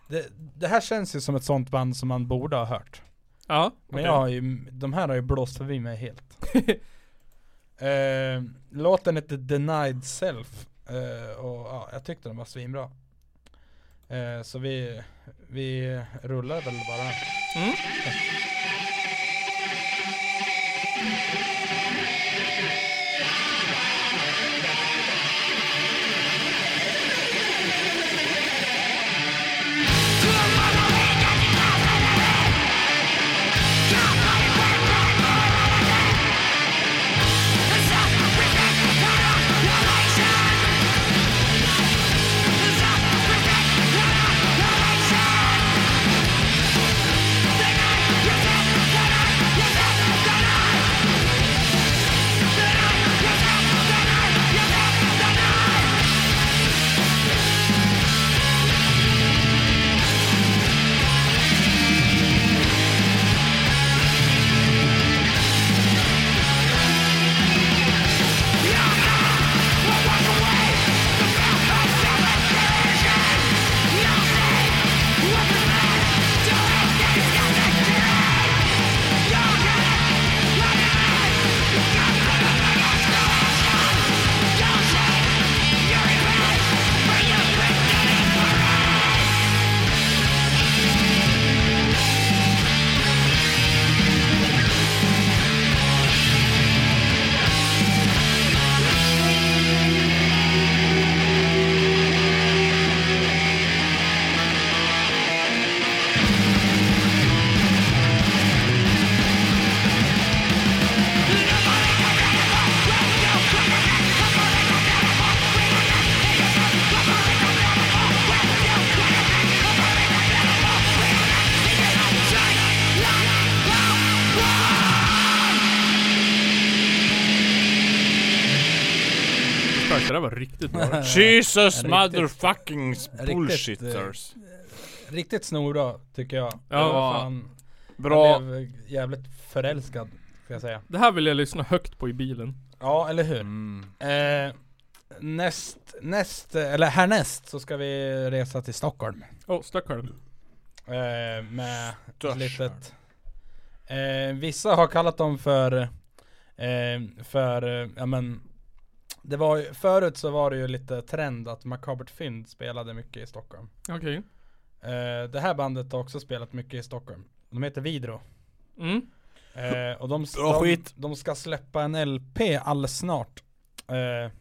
Speaker 5: Det, det här känns ju som ett sånt band som man borde ha hört.
Speaker 3: Ja,
Speaker 5: Men
Speaker 3: okej.
Speaker 5: jag har ju, de här har ju blåst förbi mig
Speaker 3: [laughs]
Speaker 5: helt. eh, låten heter Denied Self. Eh, och ja, jag tyckte den var svinbra. Eh, så vi, vi rullar väl bara.
Speaker 3: Mm.
Speaker 2: Yes,
Speaker 3: där var riktigt
Speaker 5: [laughs]
Speaker 3: bra.
Speaker 4: Jesus
Speaker 5: Riktigt-
Speaker 4: motherfucking
Speaker 5: riktigt,
Speaker 4: bullshitters.
Speaker 5: Riktigt snora tycker jag. Det
Speaker 3: Ja.
Speaker 5: var fan,
Speaker 4: Bra.
Speaker 5: Jag blev jävligt förälskad, får jag säga.
Speaker 3: Det här vill jag lyssna högt på i bilen.
Speaker 5: Ja, eller hur?
Speaker 4: Mm.
Speaker 5: Eh, näst, näst, eller härnäst så ska vi resa till Stockholm.
Speaker 3: Åh, oh, Stockholm.
Speaker 5: Eh, med ett
Speaker 4: Störst.
Speaker 5: litet eh, Vissa har kallat dem för eh, För, eh, ja men Det var ju, förut så var det ju lite trend att Makabert Fynd spelade mycket i Stockholm
Speaker 3: Okej.
Speaker 5: eh, Det här bandet har också spelat mycket i Stockholm De heter Vidro
Speaker 3: Mm.
Speaker 5: eh, Och de,
Speaker 4: Bra
Speaker 5: de,
Speaker 4: skit.
Speaker 5: de ska släppa en LP alldeles snart eh,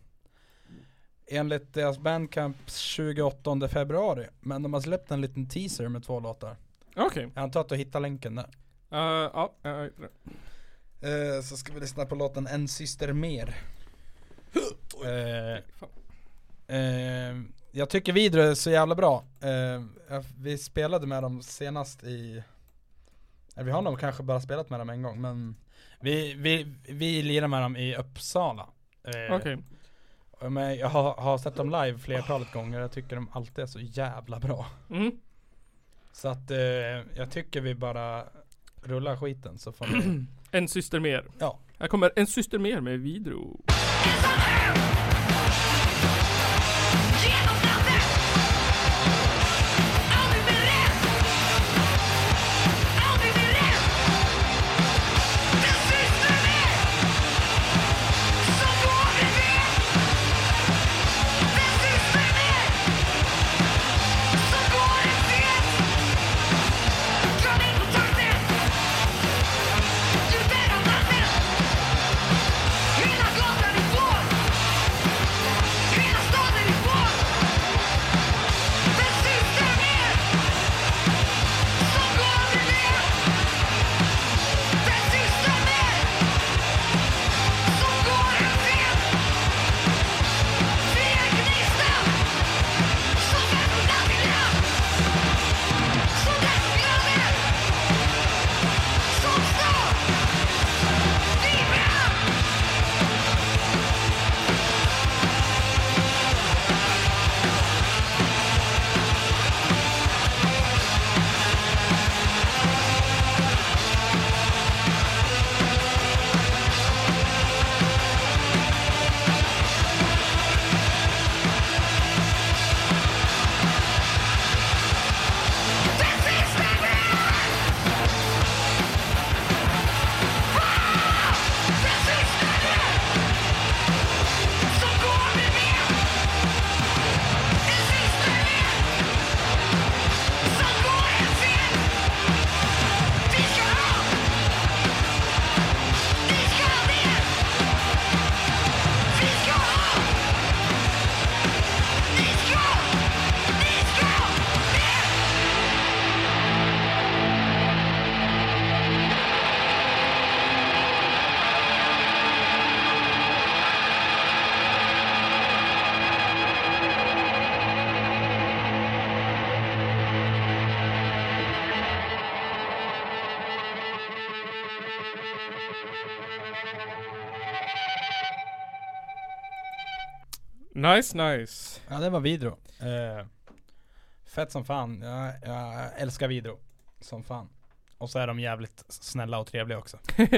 Speaker 5: Enligt deras bandcamp 28 februari Men de har släppt en liten teaser med två låtar
Speaker 3: Okej.
Speaker 5: Jag antar att du hittar länken där
Speaker 3: Eh, ja, jag vet inte.
Speaker 5: Eh, Så ska vi lyssna på låten En syster mer eh,
Speaker 3: Fan.
Speaker 5: eh, Jag tycker Vidre är så jävla bra eh, jag- Vi spelade med dem senast i eller Vi har nog kanske bara spelat med dem en gång men Vi, vi, vi lirade med dem i Uppsala eh,
Speaker 3: Okej.
Speaker 5: och men Jag har, har sett dem live flertalet gånger Jag tycker de alltid är så jävla bra
Speaker 3: Mm.
Speaker 5: Så att eh, jag tycker vi bara rullar skiten så
Speaker 3: [clears throat]
Speaker 5: får ni
Speaker 3: En syster mer.
Speaker 5: Ja.
Speaker 3: Här kommer En syster mer med Vidro.
Speaker 2: Hela gatan ifrån! Hela staden ifrån! Den sista mer! Som går aldrig ner! Den sista mer! Som går en fel! Vi är gnistan! Som den som aldrig lär! Som den som glömmer! Som står! Vi är! Yeah!
Speaker 3: Nice, nice.
Speaker 5: Ja det var Vidro. Eh, fett som fan. Jag, jag älskar Vidro. Som fan. Och så är de jävligt snälla och trevliga också.
Speaker 3: Ja, det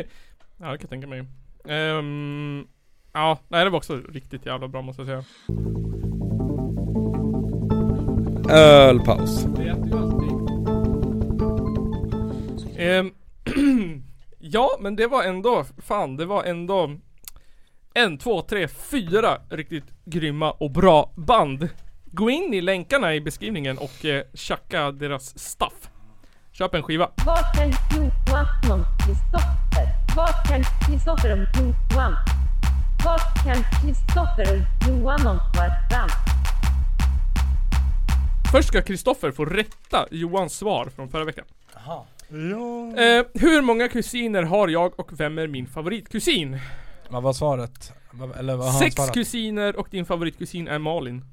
Speaker 3: kan jag tänka mig. Ehm, ja, nej det var också riktigt jävla bra måste jag säga.
Speaker 5: Ölpaus.
Speaker 3: Ehm, [clears throat] ja, men det var ändå, fan det var ändå en, två, tre, fyra riktigt grymma och bra band. Gå in i länkarna i beskrivningen och eh, tjacka deras stuff. Köp en skiva.
Speaker 6: Vad kan Johan om Kristoffer? Vad kan Kristoffer om Johan? Vad kan Kristoffer och Johan om varann?
Speaker 3: Först ska Kristoffer få rätta Johans svar från förra veckan.
Speaker 5: Jaha.
Speaker 3: Eh, hur många kusiner har jag och vem är min favoritkusin?
Speaker 5: Vad var svaret? Vad- eller vad har
Speaker 3: Sex
Speaker 5: han svarat?
Speaker 3: kusiner och din favoritkusin är Malin.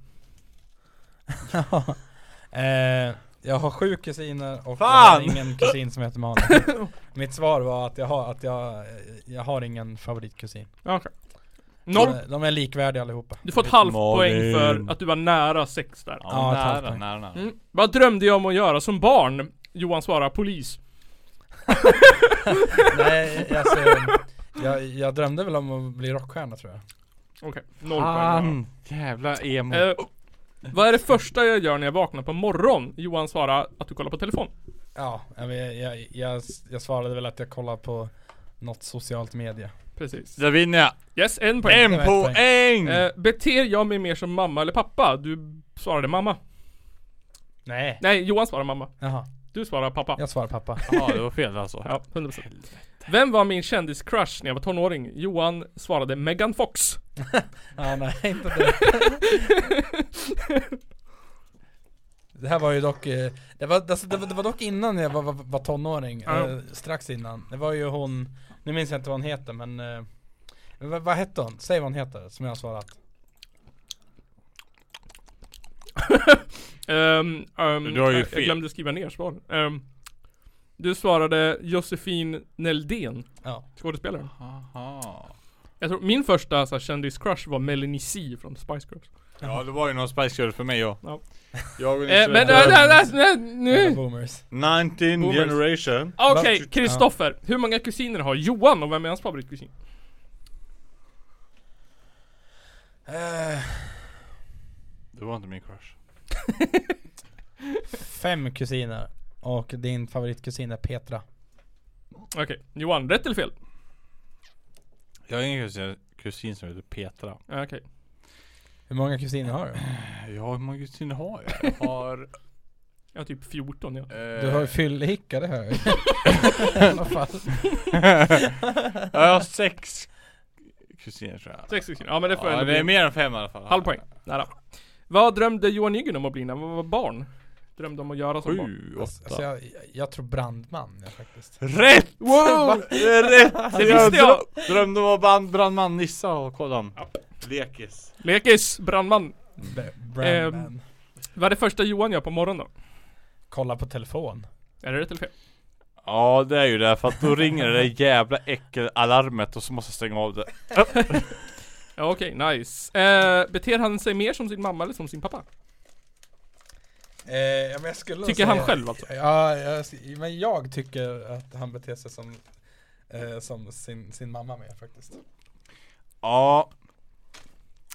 Speaker 5: eh, jag har sju kusiner och
Speaker 4: Fan!
Speaker 5: jag har ingen kusin som heter Malin.
Speaker 3: [laughs]
Speaker 5: Mitt svar var att jag har, att jag, jag har ingen favoritkusin.
Speaker 3: Ja, Okej. Noll.
Speaker 5: De, de är likvärdiga
Speaker 3: [laughs]
Speaker 5: allihopa.
Speaker 3: Du får ett halvt
Speaker 4: Malin.
Speaker 3: poäng för att du var nära sex där.
Speaker 5: Ja, ett halvt
Speaker 4: nära,
Speaker 5: poäng.
Speaker 4: nära, nära.
Speaker 3: Mm. Vad drömde jag om att göra som barn? Johan svarar polis.
Speaker 5: Nej, alltså, jag, jag drömde väl om att bli rockstjärna tror jag.
Speaker 3: Okej, noll poäng.
Speaker 4: Fan, jävla emo.
Speaker 3: Eh, vad är det första jag gör när jag vaknar på morgon? Johan svarar att du kollar på telefon.
Speaker 5: Ja, jag, vet- jag, jag, jag svarade väl att jag kollar på något socialt media.
Speaker 3: Precis.
Speaker 4: Där vinner jag.
Speaker 3: Yes, en poäng.
Speaker 4: En
Speaker 5: var ett
Speaker 4: poäng!
Speaker 3: Eh, beter jag mig mer som mamma eller pappa? Du svarade mamma.
Speaker 5: Nej.
Speaker 3: Nej, Johan svarar mamma.
Speaker 5: Jaha,
Speaker 3: Du svarar pappa.
Speaker 5: jag svarar pappa.
Speaker 4: Ja, det var fel alltså.
Speaker 3: Ja, 100%. Vem var min kändiscrush när jag var tonåring? Johan svarade Megan Fox.
Speaker 5: Ja, nej, [laughs] inte det. Det här var ju dock, eh, det var, alltså, det var, det var dock innan jag var, var, var tonåring,
Speaker 3: Ja.
Speaker 5: eh, strax innan. Det var ju hon, nu minns jag inte vad hon heter men, eh, vad, vad hette hon? Säg vad hon heter som jag har svarat.
Speaker 3: Ehm, ehm,
Speaker 4: Du har ju
Speaker 3: jag,
Speaker 4: fel.
Speaker 3: jag glömde skriva ner svar. Ehm, du svarade Josefin Neldén,
Speaker 5: Ja.
Speaker 3: skådespelaren.
Speaker 4: Aha.
Speaker 3: Jag tror min första så här, kändiscrush var Melanie C från Spice Girls.
Speaker 4: Ja, det var ju någon Spice Girl för mig ja.
Speaker 3: Ja.
Speaker 4: Jag vill
Speaker 3: Eh, men äh, äh, äh, äh,
Speaker 5: Jävla
Speaker 3: nu...
Speaker 5: boomers.
Speaker 4: 19
Speaker 3: Boomers.
Speaker 4: generation.
Speaker 3: Okej, Kristoffer. Hur många kusiner har Johan och vem är hans favoritkusin?
Speaker 5: Eh,
Speaker 4: Det var inte min crush.
Speaker 5: fem kusiner. Och din favoritkusin är Petra.
Speaker 3: Okej, Johan. Rätt eller fel?
Speaker 4: Jag har ingen kusin, kusin som heter Petra.
Speaker 3: Eh, Okej.
Speaker 5: Hur många kusiner har du?
Speaker 4: Ja, hur många kusiner har jag? Jag [laughs] har...
Speaker 3: Jag har typ 14 ja.
Speaker 4: Eh,
Speaker 5: Du har ju fyllehicka det hör
Speaker 3: [laughs]
Speaker 5: jag ju. I alla fall.
Speaker 4: ja, jag har sex kusiner tror jag.
Speaker 3: Sex kusiner. Ja men det får
Speaker 4: ja,
Speaker 3: ändå
Speaker 4: det är
Speaker 3: bli.
Speaker 4: mer än fem i alla fall.
Speaker 3: Halv poäng. Nära. Vad drömde Johan Nygren om att bli när han var barn? Drömde om att göra som barn?
Speaker 4: Sju,
Speaker 5: Alltså,
Speaker 4: åtta.
Speaker 5: alltså jag, jag tror brandman jag faktiskt.
Speaker 4: Rätt! Wow! Det är
Speaker 5: [laughs]
Speaker 4: rätt!
Speaker 3: Det
Speaker 4: jag
Speaker 3: visste jag.
Speaker 4: drö- drömde om att vara band- brandman Nissa och kolla han. Lekis.
Speaker 3: Lekis! Brandman!
Speaker 5: B- brandman.
Speaker 3: Ehm. Vad är det första Johan gör på morgonen då?
Speaker 5: Kolla på telefon.
Speaker 3: Är det rätt eller fel?
Speaker 4: Ja det är ju det, för att då ringer det där jävla äckelalarmet och så måste jag stänga av det.
Speaker 3: Ja, Okej, nice. Eh, beter han sig mer som sin mamma eller som sin pappa?
Speaker 5: Eh, men jag skulle
Speaker 3: Tycker han själv alltså?
Speaker 5: Ja, jag, men jag tycker att han beter sig som, eh, som sin, sin mamma med faktiskt.
Speaker 4: Ja.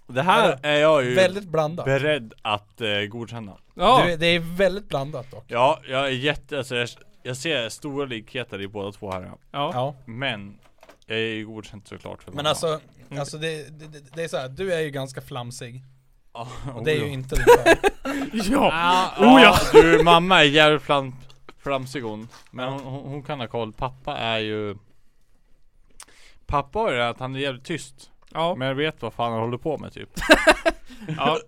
Speaker 4: Det här är jag ju
Speaker 5: Väldigt blandat.
Speaker 4: beredd att eh, godkänna.
Speaker 3: Ja,
Speaker 5: Du, det är väldigt blandat dock.
Speaker 4: Ja, jag är jätte, alltså jag, jag ser stora likheter i båda två här ja.
Speaker 3: ja.
Speaker 5: Ja.
Speaker 4: Men jag är ju godkänt såklart för
Speaker 5: Men
Speaker 4: mamma.
Speaker 5: alltså,
Speaker 3: Mm.
Speaker 5: alltså det, det, det, det är så här, du är ju ganska flamsig.
Speaker 4: Oh, Ja,
Speaker 5: Och det är
Speaker 4: ojo.
Speaker 5: ju Ah, inte din far.
Speaker 3: [laughs] ja.
Speaker 4: Ja,
Speaker 3: Oh, ja.
Speaker 4: Du, mamma är jävligt flam, flamsig hon. Men hon, hon, hon kan ha koll. Pappa är ju... Pappa har ju det att han är jävligt tyst.
Speaker 3: ja.
Speaker 4: Men jag vet vad fan han håller på med typ.
Speaker 3: [laughs] ja.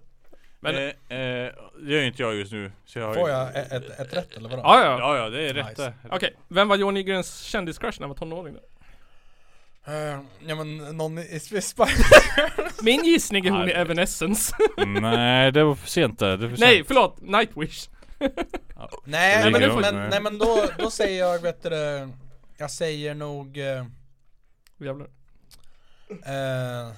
Speaker 3: Men-
Speaker 4: Men, eh, eh, det gör ju inte jag just nu. Så jag har
Speaker 5: Får
Speaker 4: ju...
Speaker 5: jag ett, ett, ett rätt eller vadå?
Speaker 3: Ja, ja.
Speaker 4: Ja, ja, det är rätt
Speaker 5: Nice.
Speaker 4: det.
Speaker 3: Okej, vem var Johan Nygrens kändiscrush när han var tonåring? Då?
Speaker 5: Eh, ja men någon i, i Spice
Speaker 3: Min gissning är hon i
Speaker 4: Arvet.
Speaker 3: Evanescence.
Speaker 4: Nej, det var för sent där. Det är för sent.
Speaker 3: [laughs] Nej, förlåt. Nightwish.
Speaker 5: Nej
Speaker 4: Ligger
Speaker 5: men, men,
Speaker 4: jag
Speaker 5: men,
Speaker 4: med.
Speaker 5: nej, men då, då säger jag vet du, det, Jag säger nog eh,
Speaker 3: Jävlar.
Speaker 5: eh,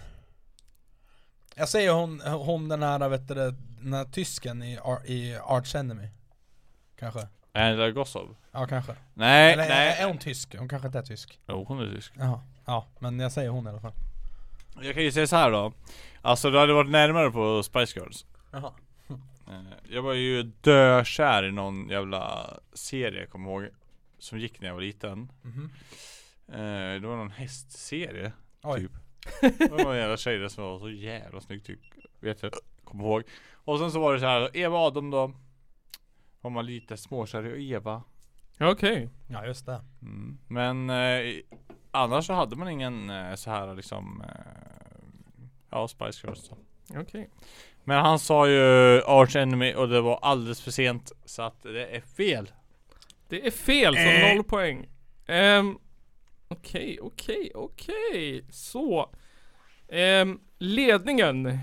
Speaker 5: Jag säger hon, hon den här vet du, det, den här tysken i, Ar- i Arch Enemy Kanske
Speaker 4: Angela Gossow.
Speaker 5: Ja kanske
Speaker 4: Nej,
Speaker 5: Eller eh,
Speaker 4: nej.
Speaker 5: är hon tysk? Hon kanske inte är tysk
Speaker 4: Jo, hon är tysk.
Speaker 5: Jaha Ja men jag säger hon i alla fall
Speaker 4: Jag kan ju säga så här då. Alltså du hade varit närmare på Spice Girls.
Speaker 5: Jaha
Speaker 4: Eh, Jag var ju dökär i någon jävla serie jag kommer ihåg Som gick när jag var liten
Speaker 5: Mhm.
Speaker 4: Eh, Det var någon hästserie
Speaker 5: Oj. [laughs]
Speaker 4: typ Det var en jävla tjej där som var så jävla snygg typ Vet jag, kommer ihåg Och sen så var det så här Eva Adam då Var man lite småkär i Eva
Speaker 3: Okej.
Speaker 5: Ja just det
Speaker 4: Mm. Men eh, i- annars så hade man ingen eh, så här liksom eh, Ja Spice Girls då.
Speaker 3: Okej.
Speaker 4: Men han sa ju Arch Enemy och det var alldeles för sent Så att det är fel
Speaker 3: Det är fel, så
Speaker 4: Eh.
Speaker 3: noll poäng. Ehm, Okej, okej, okej. Så. Ehm, ledningen.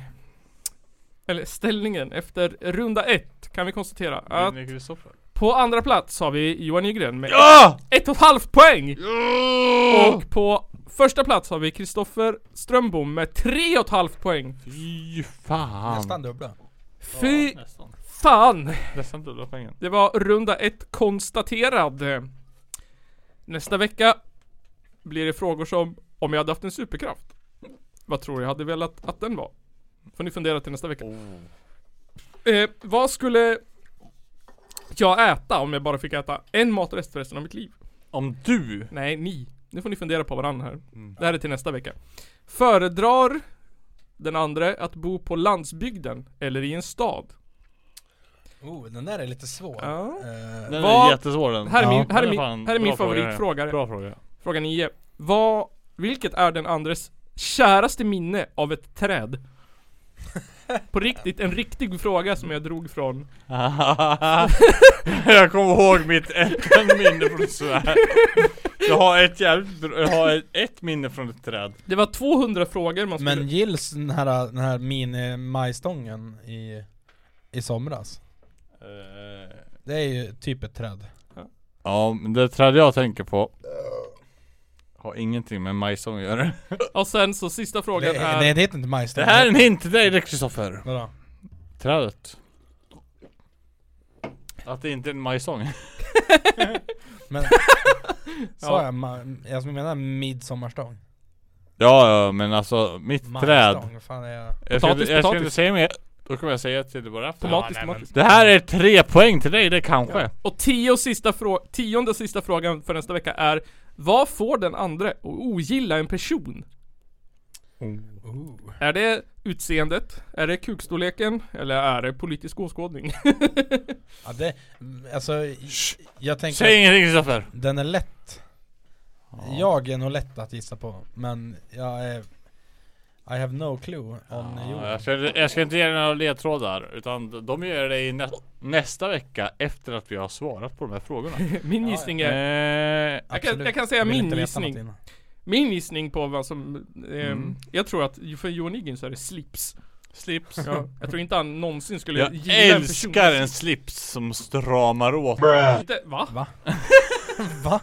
Speaker 3: Eller ställningen efter runda ett kan vi konstatera att
Speaker 4: Vinner Kristoffer?
Speaker 3: på andra
Speaker 4: Ah!
Speaker 3: plats har vi Johan Nygren med
Speaker 4: Ja!
Speaker 3: ett och ett halvt poäng. Och på Första plats har vi Kristoffer Strömbom med 3,5 poäng.
Speaker 4: Fy fan.
Speaker 5: Nästan dubbla.
Speaker 3: Fy
Speaker 4: Ja, nästan.
Speaker 3: fan!
Speaker 4: Nästan dubbla poängen.
Speaker 3: Det var runda ett konstaterad. Nästa vecka blir det frågor som om jag hade haft en superkraft. Vad tror jag hade velat att den var? Får ni fundera till nästa vecka. Eh, vad skulle jag äta om jag bara fick äta en matrest för resten av mitt liv?
Speaker 4: Om du
Speaker 3: Nej, ni. Nu får ni fundera på varandra här. Det här är till nästa vecka. Föredrar den andra att bo på landsbygden eller i en stad?
Speaker 5: Oh, den där är lite svår.
Speaker 3: Ja.
Speaker 5: Eh,
Speaker 4: Den
Speaker 3: Vad-
Speaker 4: är jättesvår den.
Speaker 3: Här är min,
Speaker 4: Ja,
Speaker 3: här är
Speaker 4: den
Speaker 3: min,
Speaker 4: fan
Speaker 3: här är min
Speaker 4: bra fråga,
Speaker 3: favoritfråga.
Speaker 4: den. Bra fråga.
Speaker 3: Fråga 9. Vad, vilket är den andres käraste minne av ett
Speaker 5: [laughs]
Speaker 3: träd? På riktigt, en riktig fråga som jag drog från
Speaker 4: [laughs] jag kommer ihåg mitt [laughs] ett minne från Sverige. Jag har ett jävligt bra- jag har ett, ett minne från ett träd.
Speaker 3: Det var 200 frågor man skulle
Speaker 5: men gills den här, den här mini-majstången i, i somras?
Speaker 4: Eh,
Speaker 5: Det är ju typ ett träd.
Speaker 4: Ja, men det träd jag tänker på har ingenting med majsång att göra.
Speaker 3: Och sen så sista
Speaker 5: Det,
Speaker 3: frågan är
Speaker 5: det, det heter inte majstång.
Speaker 4: Det här är en hint till dig Kristoffer.
Speaker 5: Vadå?
Speaker 4: Trädet. Att det inte är en majsång.
Speaker 5: Men, sa
Speaker 3: Ja.
Speaker 5: jag, ma- jag menar midsommarstång?
Speaker 4: Ja, ja, men alltså mitt träd.
Speaker 5: Majstång, fan är jag?
Speaker 4: Jag ska,
Speaker 3: Potatis,
Speaker 4: jag ska inte
Speaker 3: potatis.
Speaker 4: säga mer. Då kommer jag säga till dig vad det är för
Speaker 3: tomatis,
Speaker 5: Ja, nej,
Speaker 3: tomatis.
Speaker 4: Det här är tre poäng till dig, det kanske.
Speaker 3: Och tio sista frå- tionde sista frågan för nästa vecka är Vad får den andra att ogilla en person?
Speaker 5: Oh,
Speaker 3: Är det utseendet? Är det kukstorleken? Eller är det politisk åskådning? [laughs]
Speaker 5: Ja, det, alltså, jag tänker
Speaker 4: Säg ingenting Kristoffer!
Speaker 5: att den är lätt. Jag är nog lätt att gissa på, men jag är... I have no clue on
Speaker 4: Ja,
Speaker 5: Johan.
Speaker 4: jag, ska, jag ska inte ge dig några ledtrådar, utan de gör det i nä nästa vecka efter att vi har svarat på de här frågorna.
Speaker 3: Min gissning är
Speaker 4: eh,
Speaker 3: jag kan-
Speaker 5: Absolut.
Speaker 3: jag kan säga
Speaker 5: vill
Speaker 3: min
Speaker 5: inte veta
Speaker 3: gissning.
Speaker 5: något innan.
Speaker 3: Min gissning på vad som, ehm,
Speaker 4: Mm.
Speaker 3: jag tror att för Johan Higgins så är det slips.
Speaker 4: slips.
Speaker 3: Ja, jag tror inte han någonsin skulle
Speaker 4: Jag
Speaker 3: gilla en person
Speaker 4: älskar
Speaker 3: som
Speaker 4: en slips som stramar åt.
Speaker 3: Inte, va? [laughs]
Speaker 5: Va? Va?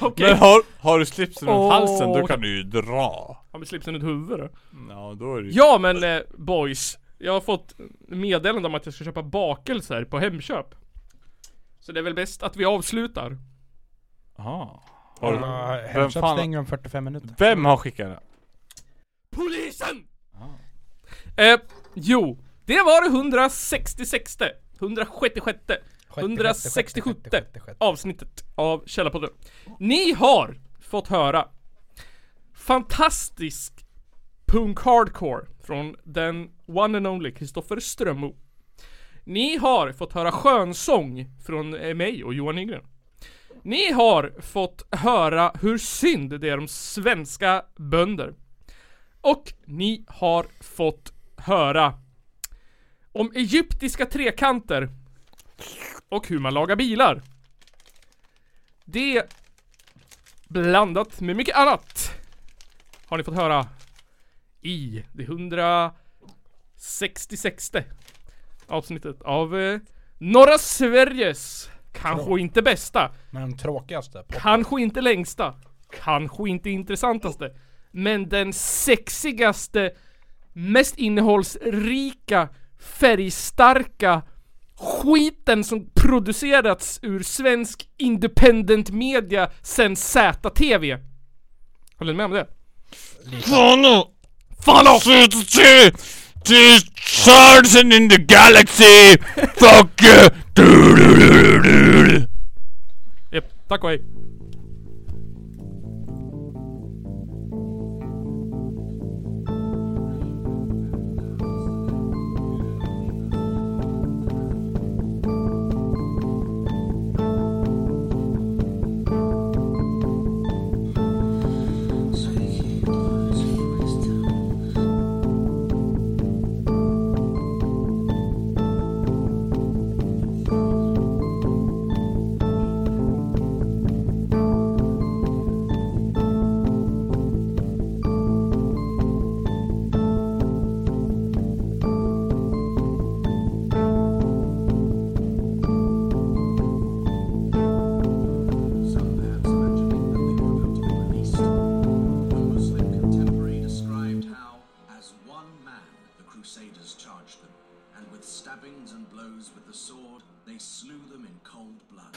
Speaker 3: Okej.
Speaker 4: Men har, har du slipsen runt
Speaker 3: Åh.
Speaker 4: halsen, då kan du ju dra.
Speaker 3: Han blir slipsen ett huvud då.
Speaker 4: Ja, då är det ju...
Speaker 3: Ja men eh, boys. Jag har fått meddelande om att jag ska köpa bakelser på Hemköp. Så det är väl bäst att vi avslutar.
Speaker 4: Aha. Har du...
Speaker 5: Ja,
Speaker 4: Vem
Speaker 5: Hemköp
Speaker 4: fan...
Speaker 5: stänger om 45 minuter.
Speaker 4: Vem har skickat den?
Speaker 3: Polisen! Eh, jo. Det var det 166 166 167 avsnittet av Källarpodden. Ni har fått höra fantastisk punk hardcore från den one and only Kristoffer Strömmo. Ni har fått höra skönsång från eh, mig och Johan Nygren. Ni har fått höra hur synd det är om svenska bönder. Och ni har fått höra om egyptiska trekanter och hur man lagar bilar. Det blandat med mycket annat har ni fått höra i det 166 avsnittet av eh, norra Sveriges kanske inte bästa,
Speaker 5: Men tråkigaste. På.
Speaker 3: kanske inte längsta, kanske inte intressantaste, men den sexigaste, mest innehållsrika, färgstarka skiten som producerats ur svensk independent media sen ZTV. Håller ni med om det?
Speaker 4: Fan!
Speaker 3: Fan off!
Speaker 4: Stars in the galaxy! Fuck you! Du, du, du, du, du.
Speaker 3: Japp, tack och hej.
Speaker 2: archers charged them, and with stabbings and blows with the sword, they slew them in cold blood.